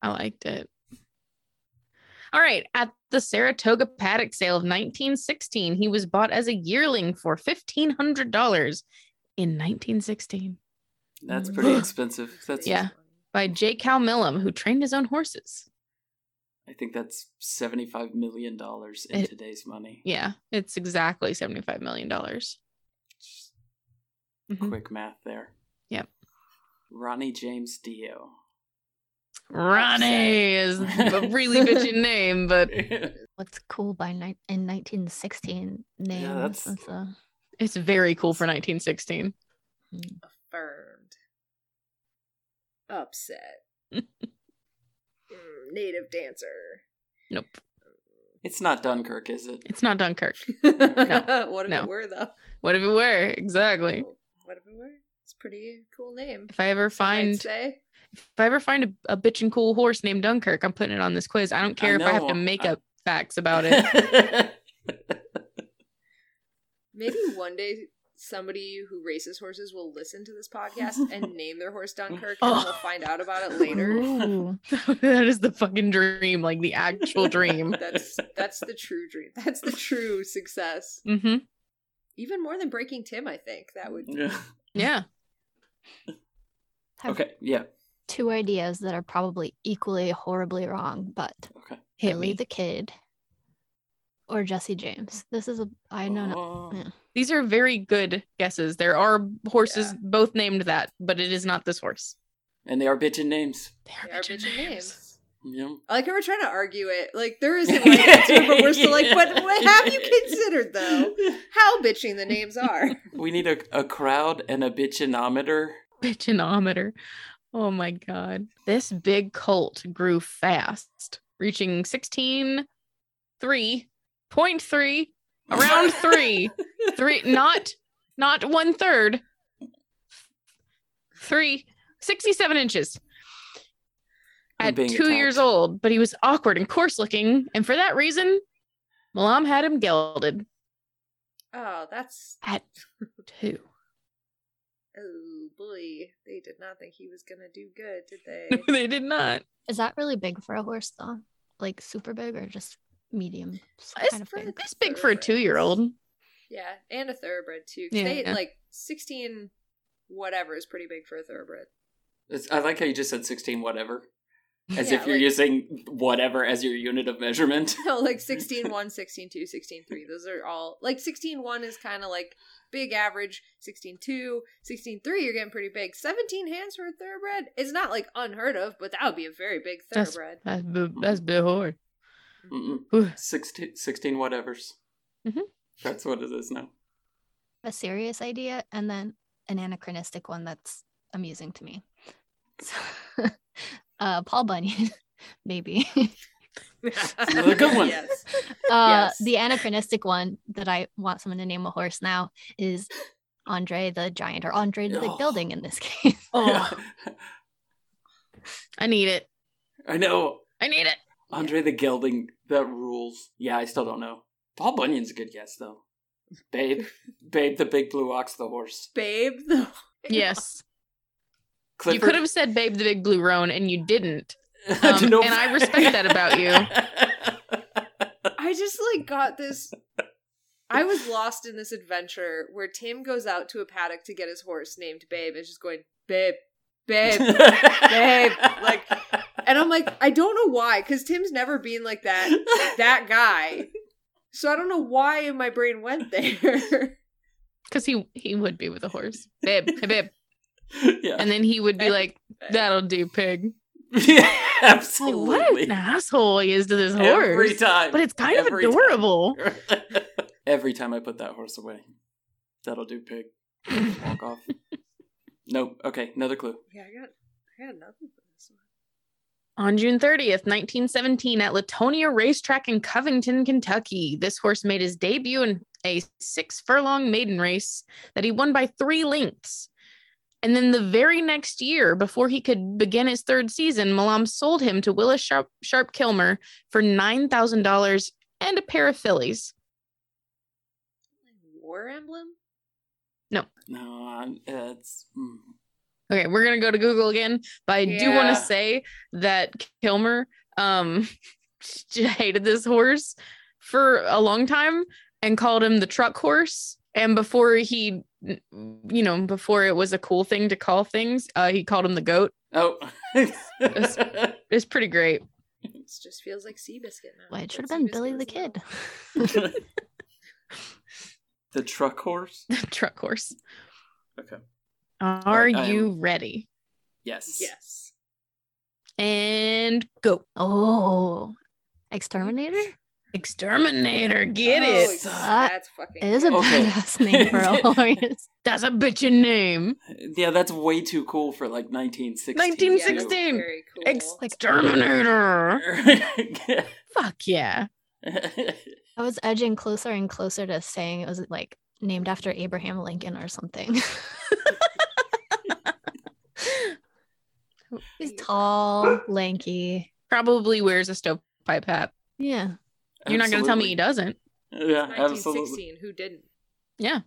Speaker 2: I liked it. All right. At the Saratoga paddock sale of 1916, he was bought as a yearling for $1,500 in 1916
Speaker 1: That's pretty expensive. That's
Speaker 2: Yeah. by J. Cal Millam, who trained his own horses.
Speaker 1: I think that's seventy five million dollars in
Speaker 2: It-
Speaker 1: today's money.
Speaker 2: Yeah, it's exactly $75 million. Mhm.
Speaker 1: Quick math there.
Speaker 2: Yep.
Speaker 1: Ronnie James Dio.
Speaker 2: Ronnie is a really bitchy name, but
Speaker 1: yeah,
Speaker 4: What's cool by ni- in 1916 names?
Speaker 1: that's-
Speaker 4: That's a-
Speaker 2: it's very cool for 1916.
Speaker 3: Affirmed. Upset. Mm, native dancer.
Speaker 2: Nope.
Speaker 1: it's not Dunkirk, is it?
Speaker 2: It's not Dunkirk.
Speaker 3: what if
Speaker 2: no.
Speaker 3: it were though?
Speaker 2: What if it were? Exactly.
Speaker 3: What if it were? Oh, It's a pretty cool name.
Speaker 2: If I ever
Speaker 3: some might
Speaker 2: find
Speaker 3: say.
Speaker 2: if I ever find a, a bitchin' cool horse named Dunkirk, I'm putting it on this quiz. I don't
Speaker 1: I
Speaker 2: care if I have
Speaker 1: know.
Speaker 2: to make
Speaker 1: I-
Speaker 2: up facts about it.
Speaker 1: it.
Speaker 3: Maybe one day somebody who races horses will listen to this podcast and name their horse Dunkirk, and
Speaker 2: Oh.
Speaker 3: we'll find out about it later.
Speaker 4: Ooh.
Speaker 2: that is the fucking dream, like the actual dream.
Speaker 3: That's that's the true dream. That's the true success.
Speaker 2: hmm
Speaker 3: Even more than breaking Tim, I think that would.
Speaker 2: Yeah.
Speaker 4: Have
Speaker 1: okay, yeah.
Speaker 4: two ideas that are probably equally horribly wrong, but
Speaker 1: Okay.
Speaker 2: Hit
Speaker 4: Billy
Speaker 2: me.
Speaker 4: the Kid or Jesse James. This is a I know not
Speaker 1: Oh.
Speaker 4: yeah.
Speaker 2: These are very good guesses. There are horses
Speaker 3: Yeah.
Speaker 2: both named that, but it is not this horse.
Speaker 1: And they are bitchin' names.
Speaker 2: They
Speaker 3: They are bitchin' names.
Speaker 1: Yeah.
Speaker 3: I like how we're trying to argue it. Like there isn't one answer, but we're still like, but what have you considered though? How bitching the names are.
Speaker 1: We need a, a crowd and a bitchinometer.
Speaker 2: Bitchinometer. Oh my god. This big colt grew fast, reaching 16 3 point three around three. Three not not one third. Three. 67 inches.
Speaker 1: I'm
Speaker 2: At two
Speaker 1: being
Speaker 2: years
Speaker 1: attacked.
Speaker 2: old, but he was awkward and coarse looking, and for that reason, Malam had him gelded.
Speaker 3: Oh, that's
Speaker 2: Two.
Speaker 3: oh boy. They did not think he was gonna do good, did
Speaker 2: No,
Speaker 3: they?
Speaker 2: they did not.
Speaker 4: Is that really big for a horse though? Like super big or just medium? S-
Speaker 2: It's
Speaker 4: kind of
Speaker 3: for-
Speaker 4: big.
Speaker 2: It's big for a
Speaker 3: Thoroughbreds.
Speaker 2: two year old.
Speaker 3: yeah, and a thoroughbred too. 'cause
Speaker 2: Yeah.
Speaker 3: They like sixteen, whatever is pretty big for a thoroughbred.
Speaker 1: It's, I like how you just said 16 whatever. As
Speaker 3: Yeah,
Speaker 1: if you're
Speaker 3: like-
Speaker 1: using whatever as your unit of measurement.
Speaker 3: No, like 16 1, 16 2, 16 3. Those are all like 16 1 is kind of like big average. 16 2, 16 3, you're getting pretty big. 17 hands for a thoroughbred is not like unheard of, but that would be a very big
Speaker 2: That's-
Speaker 3: thoroughbred.
Speaker 2: That's b- that's big hard.
Speaker 1: Mm-mm.
Speaker 2: Ooh.
Speaker 1: 16, 16 whatevers.
Speaker 2: Mhm.
Speaker 1: That's what it is now.
Speaker 4: A serious idea and then an anachronistic one that's amusing to me. So, uh, Paul Bunyan, maybe.
Speaker 1: another good one.
Speaker 3: Yes.
Speaker 4: Uh,
Speaker 3: Yes.
Speaker 4: The anachronistic one that I want someone to name a horse now is Andre the Giant or Andre the
Speaker 1: Oh.
Speaker 4: Building in this case.
Speaker 2: Oh, I need it.
Speaker 1: I know.
Speaker 2: I need it.
Speaker 1: Andre the Gelding, that rules. Yeah, I still don't know. Paul Bunyan's a good guess, though. Babe, Babe, the big blue ox, the horse.
Speaker 3: Babe, though.
Speaker 2: Yes. You
Speaker 1: Clifford-
Speaker 2: could have said Babe the Big Blue Roan and you didn't.
Speaker 1: I don't know.
Speaker 2: and I respect that about you.
Speaker 3: I just like got this. I was lost in this adventure where Tim goes out to a paddock to get his horse named Babe and just going, Babe, Babe, babe, like, And I'm like, I don't know why, because Tim's never been like that that guy. So I don't know why my brain went there.
Speaker 2: Because he he would be with a horse. Babe, hey, babe.
Speaker 1: yeah.
Speaker 2: And then he would be like, That'll do, pig.
Speaker 1: yeah,
Speaker 2: Like, Oh, what
Speaker 1: absolutely.
Speaker 2: an asshole he is to this
Speaker 1: Every
Speaker 2: horse.
Speaker 1: time.
Speaker 2: But it's kind of
Speaker 1: Every time.
Speaker 2: adorable.
Speaker 1: Every time I put that horse away, that'll do, pig. Walk off. Nope. Okay, another clue.
Speaker 3: yeah, I got, I got nothing for this one.
Speaker 2: On June 30th, 1917, at Latonia Racetrack in Covington, Kentucky, this horse made his debut in a six furlong maiden race that he won by three lengths. And then the very next year, before he could begin his third season, Malam sold him to Willis Sharp, Sharp Kilmer for $9,000 and a pair of fillies.
Speaker 3: War emblem?
Speaker 1: No, I'm, uh, it's. mm.
Speaker 2: Okay, we're gonna go to Google again, but I do want
Speaker 1: Yeah.
Speaker 2: to say that Kilmer um hated this horse for a long time and called him the truck horse. And before he, you know, before it was a cool thing to call things, uh, he called him the goat.
Speaker 1: Oh.
Speaker 2: It's pretty great.
Speaker 3: It just feels like Seabiscuit now.
Speaker 4: Well, it should have
Speaker 3: But
Speaker 4: been
Speaker 3: Seabiscuit
Speaker 4: Billy the
Speaker 3: was little.
Speaker 4: Kid.
Speaker 1: the truck horse?
Speaker 2: truck horse.
Speaker 1: Okay.
Speaker 2: Are
Speaker 1: right, I am-
Speaker 2: you ready?
Speaker 1: Yes.
Speaker 3: Yes.
Speaker 2: And go.
Speaker 4: Oh, Exterminator?
Speaker 2: Exterminator, get
Speaker 3: Oh,
Speaker 2: it.
Speaker 3: That's fucking.
Speaker 4: It is a
Speaker 1: Okay.
Speaker 4: badass name for a horse.
Speaker 2: That's a bitchin' name.
Speaker 1: Yeah, that's way too cool for like 1960.
Speaker 2: 1960. 16.
Speaker 3: Very cool.
Speaker 2: Ex- Exterminator. Fuck yeah.
Speaker 4: I was edging closer and closer to saying it was like named after Abraham Lincoln or something. He's tall, lanky.
Speaker 2: Probably wears a stovepipe hat.
Speaker 4: Yeah.
Speaker 2: You're not going to tell me he doesn't.
Speaker 1: Yeah, absolutely.
Speaker 3: 1916. Who didn't?
Speaker 2: Yeah.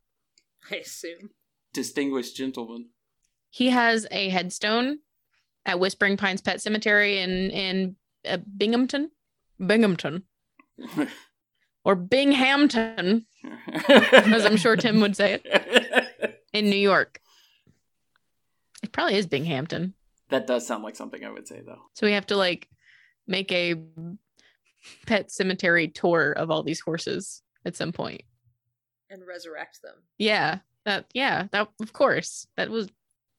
Speaker 3: I assume.
Speaker 1: Distinguished gentleman.
Speaker 2: He has a headstone at Whispering Pines Pet Cemetery in in uh, Binghamton, Binghamton, or Binghamton, as I'm sure Tim would say it, in New York. It probably is Binghamton.
Speaker 1: that does sound like something I would say, though.
Speaker 2: So we have to like make a pet cemetery tour of all these horses at some point.
Speaker 3: And resurrect them.
Speaker 2: Yeah, that yeah, that of course. That was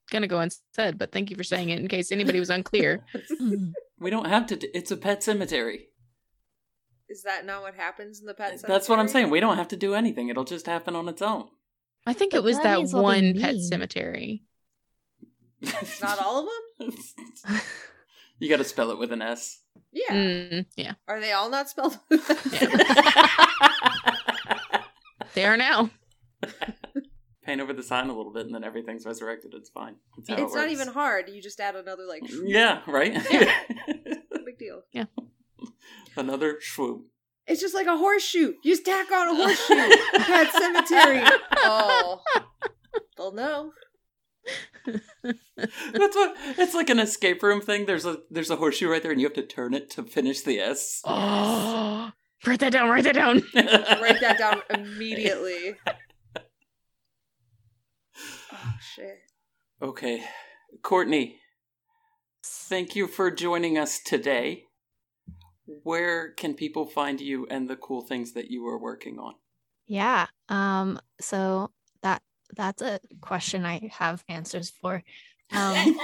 Speaker 2: gonna go unsaid, but thank you for saying it in case anybody was unclear.
Speaker 4: Mm.
Speaker 1: We don't have to. D- it's a pet cemetery.
Speaker 3: Is that not what happens in the pet?
Speaker 1: That's what I'm
Speaker 3: cemetery?
Speaker 1: saying. We don't have to do anything. It'll just happen on its own.
Speaker 2: I think it
Speaker 4: But
Speaker 2: was
Speaker 4: that
Speaker 2: that,
Speaker 4: means what they
Speaker 2: one pet
Speaker 4: mean.
Speaker 2: cemetery.
Speaker 3: It's not all of them.
Speaker 1: you got to spell it with an S.
Speaker 3: Yeah.
Speaker 2: Mm, yeah.
Speaker 3: Are they all not spelled?
Speaker 2: They are now.
Speaker 1: Paint over the sign a little bit, and then everything's resurrected. It's fine. That's how it
Speaker 3: it's not
Speaker 1: works.
Speaker 3: even hard. You just add another like.
Speaker 1: Yeah. Right. Mm.
Speaker 3: no big deal.
Speaker 1: Another swoop.
Speaker 3: It's just like a horseshoe. You just tack on a horseshoe. pet cemetery. Oh. Well, no.
Speaker 1: That's what it's like an escape room thing. There's a there's a horseshoe right there, and you have to turn it to finish the S.
Speaker 2: Oh, write that down. Write that down.
Speaker 1: right.
Speaker 3: Write that down immediately. Oh shit.
Speaker 1: Okay, Courtney. Thank you for joining us today. Where can people find you and the cool things that you are working on?
Speaker 4: yeah. Um, so that that's a question I have answers for. Um,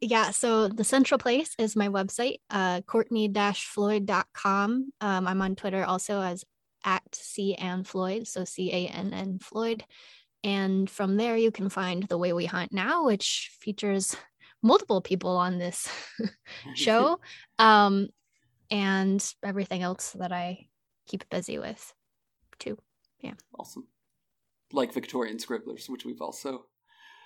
Speaker 4: yeah so the central place is my website uh courtney-floyd.com um, i'm on twitter also as at cannfloyd, floyd so c-a-n-n floyd and from there you can find the way we hunt now which features multiple people on this show um and everything else that i keep busy with
Speaker 1: awesome, like Victorian scribblers, which we've also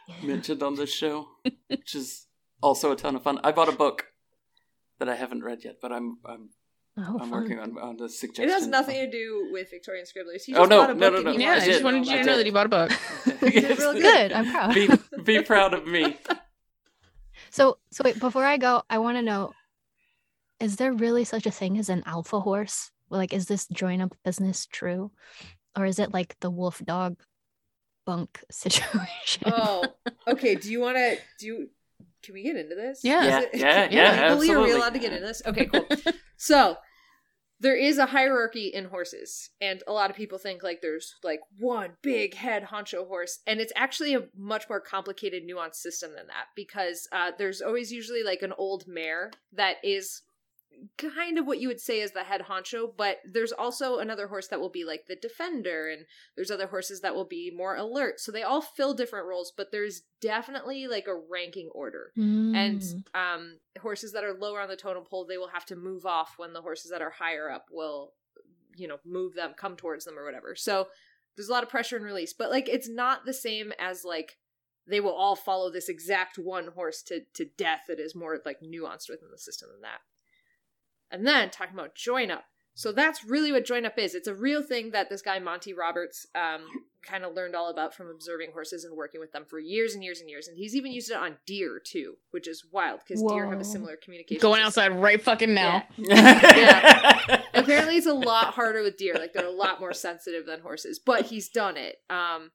Speaker 4: yeah.
Speaker 1: mentioned on this show, which is also a ton of fun. I bought a book that I haven't read yet, but I'm I'm
Speaker 4: oh,
Speaker 1: I'm
Speaker 4: fun.
Speaker 1: working on on the suggestion.
Speaker 3: It has nothing to do with Victorian scribblers. He
Speaker 1: Oh,
Speaker 3: just
Speaker 1: no,
Speaker 3: bought a
Speaker 1: no,
Speaker 3: book
Speaker 1: no,
Speaker 3: and
Speaker 1: no.
Speaker 3: he
Speaker 2: Yeah, I
Speaker 3: wanted
Speaker 2: just
Speaker 1: did.
Speaker 2: wanted you to know that he bought a book.
Speaker 3: You did real
Speaker 4: good i'm proud
Speaker 1: be be proud of me.
Speaker 4: So, so wait, before I go, I want to know is there really such a thing as an alpha horse? Like, is this join up business true? Or is it like the wolf dog bunk situation?
Speaker 3: Oh, okay. Do you want to do? You, can we get into this?
Speaker 2: Yeah.
Speaker 1: Yeah,
Speaker 3: Is it-
Speaker 1: yeah,
Speaker 3: can-
Speaker 1: yeah,
Speaker 3: Legally, are we
Speaker 1: absolutely.
Speaker 3: allowed to get into this? Okay, cool. so there is a hierarchy in horses, and a lot of people think like there's like one big head honcho horse, and it's actually a much more complicated, nuanced system than that because uh, there's always usually like an old mare that is kind of what you would say is the head honcho, but there's also another horse that will be like the defender and there's other horses that will be more alert. So they all fill different roles, but there's definitely like a ranking order. And
Speaker 4: Mm.
Speaker 3: um, horses that are lower on the totem pole, they will have to move off when the horses that are higher up will, you know, move them, come towards them or whatever. So there's a lot of pressure and release, but like it's not the same as like they will all follow this exact one horse to to death. It is more like nuanced within the system than that. And then talking about join up. So that's really what join up is. It's a real thing that this guy Monty Roberts um, kind of learned all about from observing horses and working with them for years and years and years. And he's even used it on deer too, which is wild because deer have
Speaker 4: Whoa.
Speaker 3: a similar communication.
Speaker 2: Going
Speaker 3: system.
Speaker 2: outside right fucking now.
Speaker 3: Yeah. Apparently, it's a lot harder with deer. Like they're a lot more sensitive than horses, but he's done it. Um,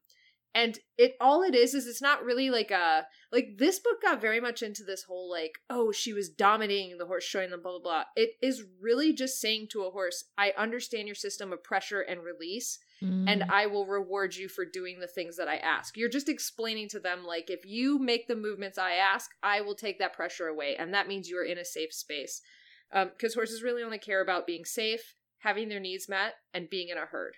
Speaker 3: and it all it is is it's not really like a like this book got very much into this whole like oh she was dominating the horse showing them blah blah blah. It is really just saying to a horse, I understand your system of pressure and release
Speaker 4: Mm-hmm.
Speaker 3: and I will reward you for doing the things that I ask. You're just explaining to them, like, if you make the movements I ask, I will take that pressure away. And that means you are in a safe space. Because horses really only care about being safe, having their needs met, and being in a herd.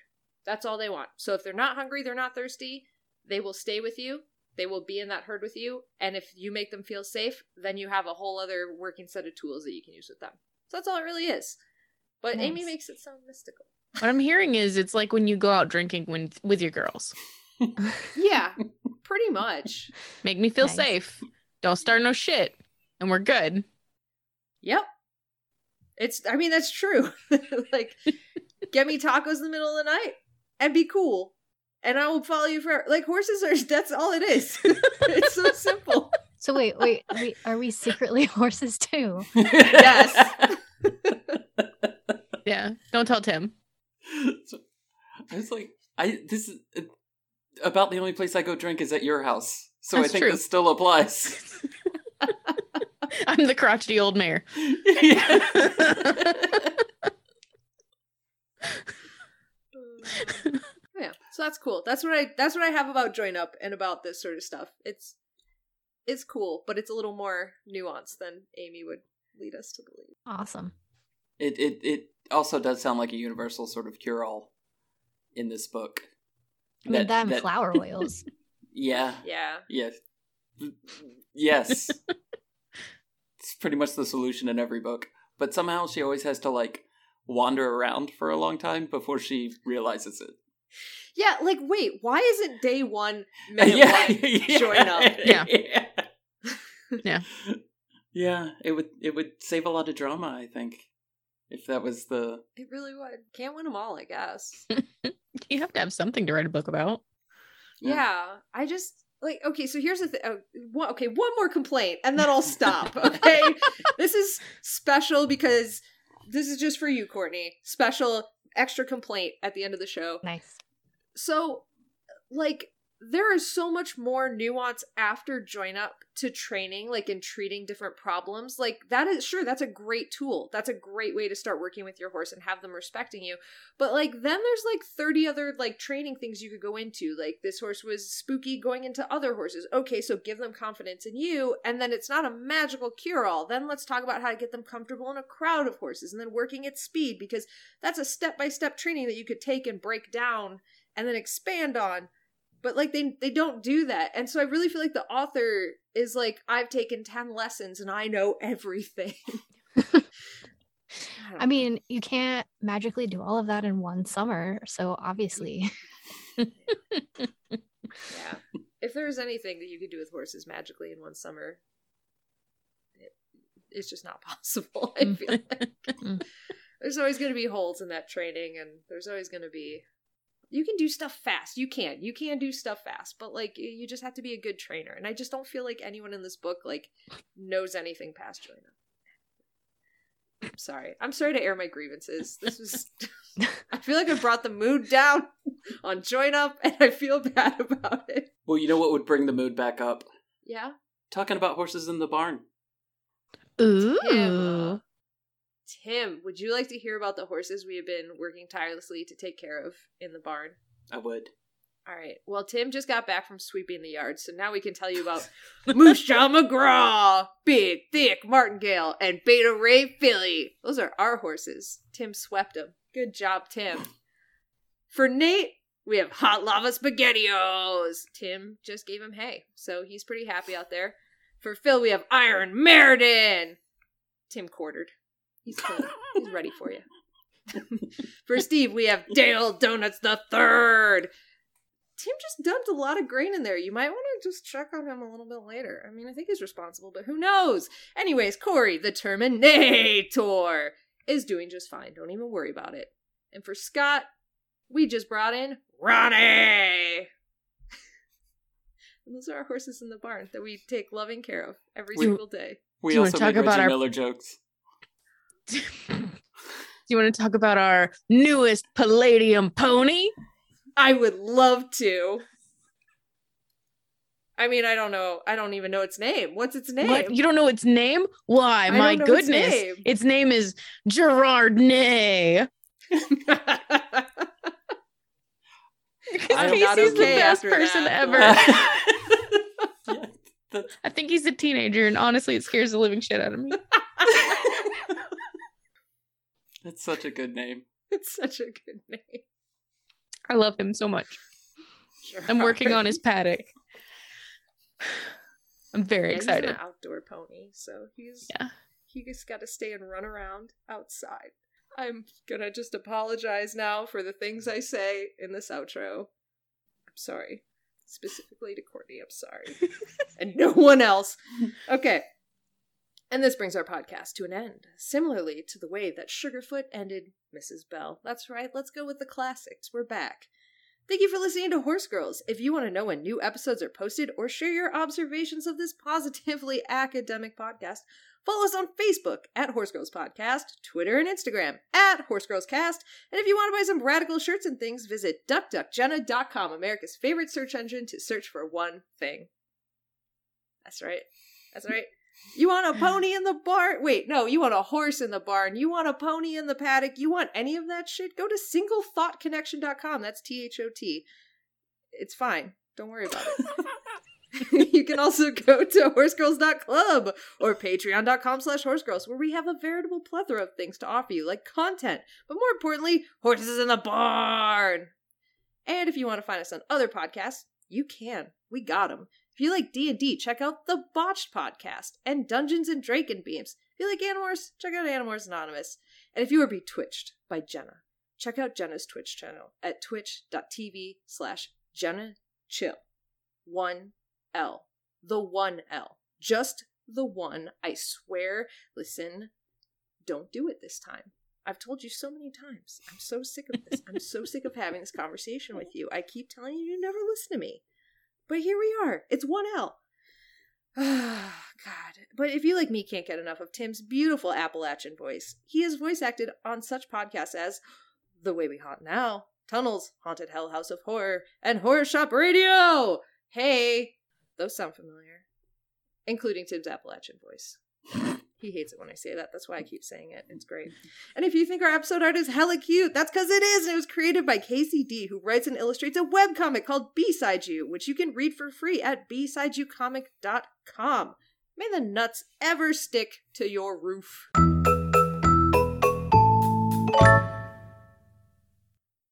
Speaker 3: That's all they want. So if they're not hungry, they're not thirsty, they will stay with you. They will be in that herd with you. And if you make them feel safe, then you have a whole other working set of tools that you can use with them. So that's all it really is. But Amy
Speaker 4: Nice.
Speaker 3: makes it sound mystical.
Speaker 2: What I'm hearing is it's like when you go out drinking when with your girls.
Speaker 3: Yeah, pretty much.
Speaker 2: Make me feel
Speaker 4: Nice.
Speaker 2: safe. Don't start no shit. And we're good.
Speaker 3: Yep. It's I mean that's true. like get me tacos in the middle of the night and be cool. And I will follow you for like horses are that's all it is. it's so simple.
Speaker 4: So wait, wait, wait, are we secretly horses too?
Speaker 1: yes.
Speaker 2: Yeah. Don't tell Tim.
Speaker 1: I was like, I this is uh, about the only place I go drink is at your house, so I
Speaker 2: That's
Speaker 1: think
Speaker 2: true.
Speaker 1: this still applies.
Speaker 2: I'm the crotchety old mayor.
Speaker 3: yeah. So that's cool. That's what I that's what I have about join up and about this sort of stuff. It's it's cool, but it's a little more nuanced than Amy would lead us to believe.
Speaker 4: Awesome.
Speaker 1: it it it also does sound like a universal sort of cure all in this book.
Speaker 4: I mean,
Speaker 1: That-
Speaker 4: them
Speaker 1: that-
Speaker 4: flower oils.
Speaker 1: Yeah.
Speaker 3: Yeah.
Speaker 1: Yes. Yes. it's pretty much the solution in every book. But somehow she always has to like wander around for a long time before she realizes it.
Speaker 3: Yeah, like wait, why isn't day one minute one? join up.
Speaker 2: Yeah.
Speaker 1: Yeah.
Speaker 2: Yeah.
Speaker 1: Yeah, it would it would save a lot of drama, I think. If that was the
Speaker 3: It really would. Can't win them all, I guess.
Speaker 2: You have to have something to write a book about.
Speaker 1: Yeah.
Speaker 3: yeah, I just like okay. So here's the thing. Oh, one- okay, one more complaint, and then I'll stop. Okay, this is special because this is just for you, Courtney. Special extra complaint at the end of the show.
Speaker 4: Nice.
Speaker 3: So, like, there is so much more nuance after join up to training, like in treating different problems. Like, that is sure, that's a great tool. That's a great way to start working with your horse and have them respecting you. But, like, then there's like 30 other like training things you could go into. Like, this horse was spooky going into other horses. Okay, so give them confidence in you. And then it's not a magical cure all. Then let's talk about how to get them comfortable in a crowd of horses and then working at speed because that's a step by step training that you could take and break down and then expand on but like they they don't do that and so i really feel like the author is like i've taken 10 lessons and i know everything don't
Speaker 4: I mean, you can't magically do all of that in one summer. So obviously,
Speaker 3: yeah if there's anything that you could do with horses magically in one summer it, it's just not possible i feel like
Speaker 4: Mm.
Speaker 3: there's always going to be holes in that training and there's always going to be you can do stuff fast you can you can do stuff fast but like you you just have to be a good trainer and i just don't feel like anyone in this book like knows anything past joining I'm sorry. I'm sorry to air my grievances. This was. I feel like I brought the mood down on Join Up, and I feel bad about it.
Speaker 1: Well, you know what would bring the mood back up?
Speaker 3: Yeah.
Speaker 1: Talking about horses in the barn.
Speaker 2: Ooh.
Speaker 3: Tim. Tim, would you like to hear about the horses we have been working tirelessly to take care of in the barn?
Speaker 1: I would.
Speaker 3: All right. Well, Tim just got back from sweeping the yard, so now we can tell you about Moose Jaw McGraw, Big Thick Martingale, and Beta Ray Philly. Those are our horses. Tim swept them. Good job, Tim. For Nate, we have Hot Lava Spaghettios. Tim just gave him hay, so he's pretty happy out there. For Phil, we have Iron Meriden. Tim quartered. He's clean. He's ready for you. for Steve, we have Dale Donuts the Third. Tim just dumped a lot of grain in there. You might want to just check on him a little bit later. I mean, I think he's responsible, but who knows? Anyways, Corey, the Terminator, is doing just fine. Don't even worry about it. And for Scott, we just brought in Ronnie. and those are our horses in the barn that we take loving care of every
Speaker 1: We-
Speaker 3: single day.
Speaker 2: Do
Speaker 1: We
Speaker 2: you wanna
Speaker 1: also made
Speaker 2: talk
Speaker 1: Reggie
Speaker 2: about our-
Speaker 1: Miller jokes.
Speaker 2: Do you want to talk about our newest Palladium pony?
Speaker 3: I would love to. I mean, I don't know. I don't even know its name. What's its name?
Speaker 2: What? You don't know its name? Why?
Speaker 3: I don't
Speaker 2: My
Speaker 3: know its
Speaker 2: goodness. Its
Speaker 3: name.
Speaker 2: name. is Gerard Ney.
Speaker 1: I am
Speaker 2: Because
Speaker 1: not
Speaker 2: he's the
Speaker 1: okay
Speaker 2: best
Speaker 3: after
Speaker 2: person
Speaker 3: that.
Speaker 2: ever.
Speaker 1: Yeah, that-
Speaker 2: I think he's a teenager, and honestly, it scares the living shit out of me.
Speaker 1: that's such a good name.
Speaker 3: it's such a good name.
Speaker 2: I love him so much. I'm working on his paddock. I'm very
Speaker 3: Yeah, He's
Speaker 2: excited.
Speaker 3: an outdoor pony, so he's
Speaker 2: Yeah.
Speaker 3: he just got to stay and run around outside. I'm gonna just apologize now for the things I say in this outro. I'm sorry, specifically to Courtney. I'm sorry, and no one else. Okay. And this brings our podcast to an end, similarly to the way that Sugarfoot ended Mrs. Bell. That's right, let's go with the classics. We're back. Thank you for listening to Horse Girls. If you want to know when new episodes are posted or share your observations of this positively academic podcast, follow us on Facebook at Horse Girls Podcast, Twitter and Instagram at Horse Girls Cast. And if you want to buy some radical shirts and things, visit duckduckjenna.com, America's favorite search engine, to search for one thing. That's right. That's right. You want a pony in the barn? Wait, no, you want a horse in the barn. You want a pony in the paddock. You want any of that shit? Go to singlethoughtconnection.com. That's T H O T. It's fine. Don't worry about it. you can also go to horsegirls.club or patreon.com slash horsegirls where we have a veritable plethora of things to offer you, like content, but more importantly, horses in the barn. And if you want to find us on other podcasts, you can. We got them. If you like D&D, check out the Botched podcast and Dungeons and Draken Beams. If you like Animorphs, check out Animorphs Anonymous. And if you are betwitched by Jenna, check out Jenna's Twitch channel at twitch.tv slash Jenna Chill. One L. The one L. Just the one. I swear. Listen, don't do it this time. I've told you so many times. I'm so sick of this. I'm so sick of having this conversation with you. I keep telling you, you never listen to me. But here we are. It's 1L. Ah, God. But if you, like me, can't get enough of Tim's beautiful Appalachian voice, he has voice acted on such podcasts as The Way We Haunt Now, Tunnels, Haunted Hell House of Horror, and Horror Shop Radio. Hey, those sound familiar, including Tim's Appalachian voice. He hates it when I say that. That's why I keep saying it. It's great. And if you think our episode art is hella cute, that's because it is, and it was created by Casey D, who writes and illustrates a webcomic called Beside You, which you can read for free at besideyoucomic.com. May the nuts ever stick to your roof.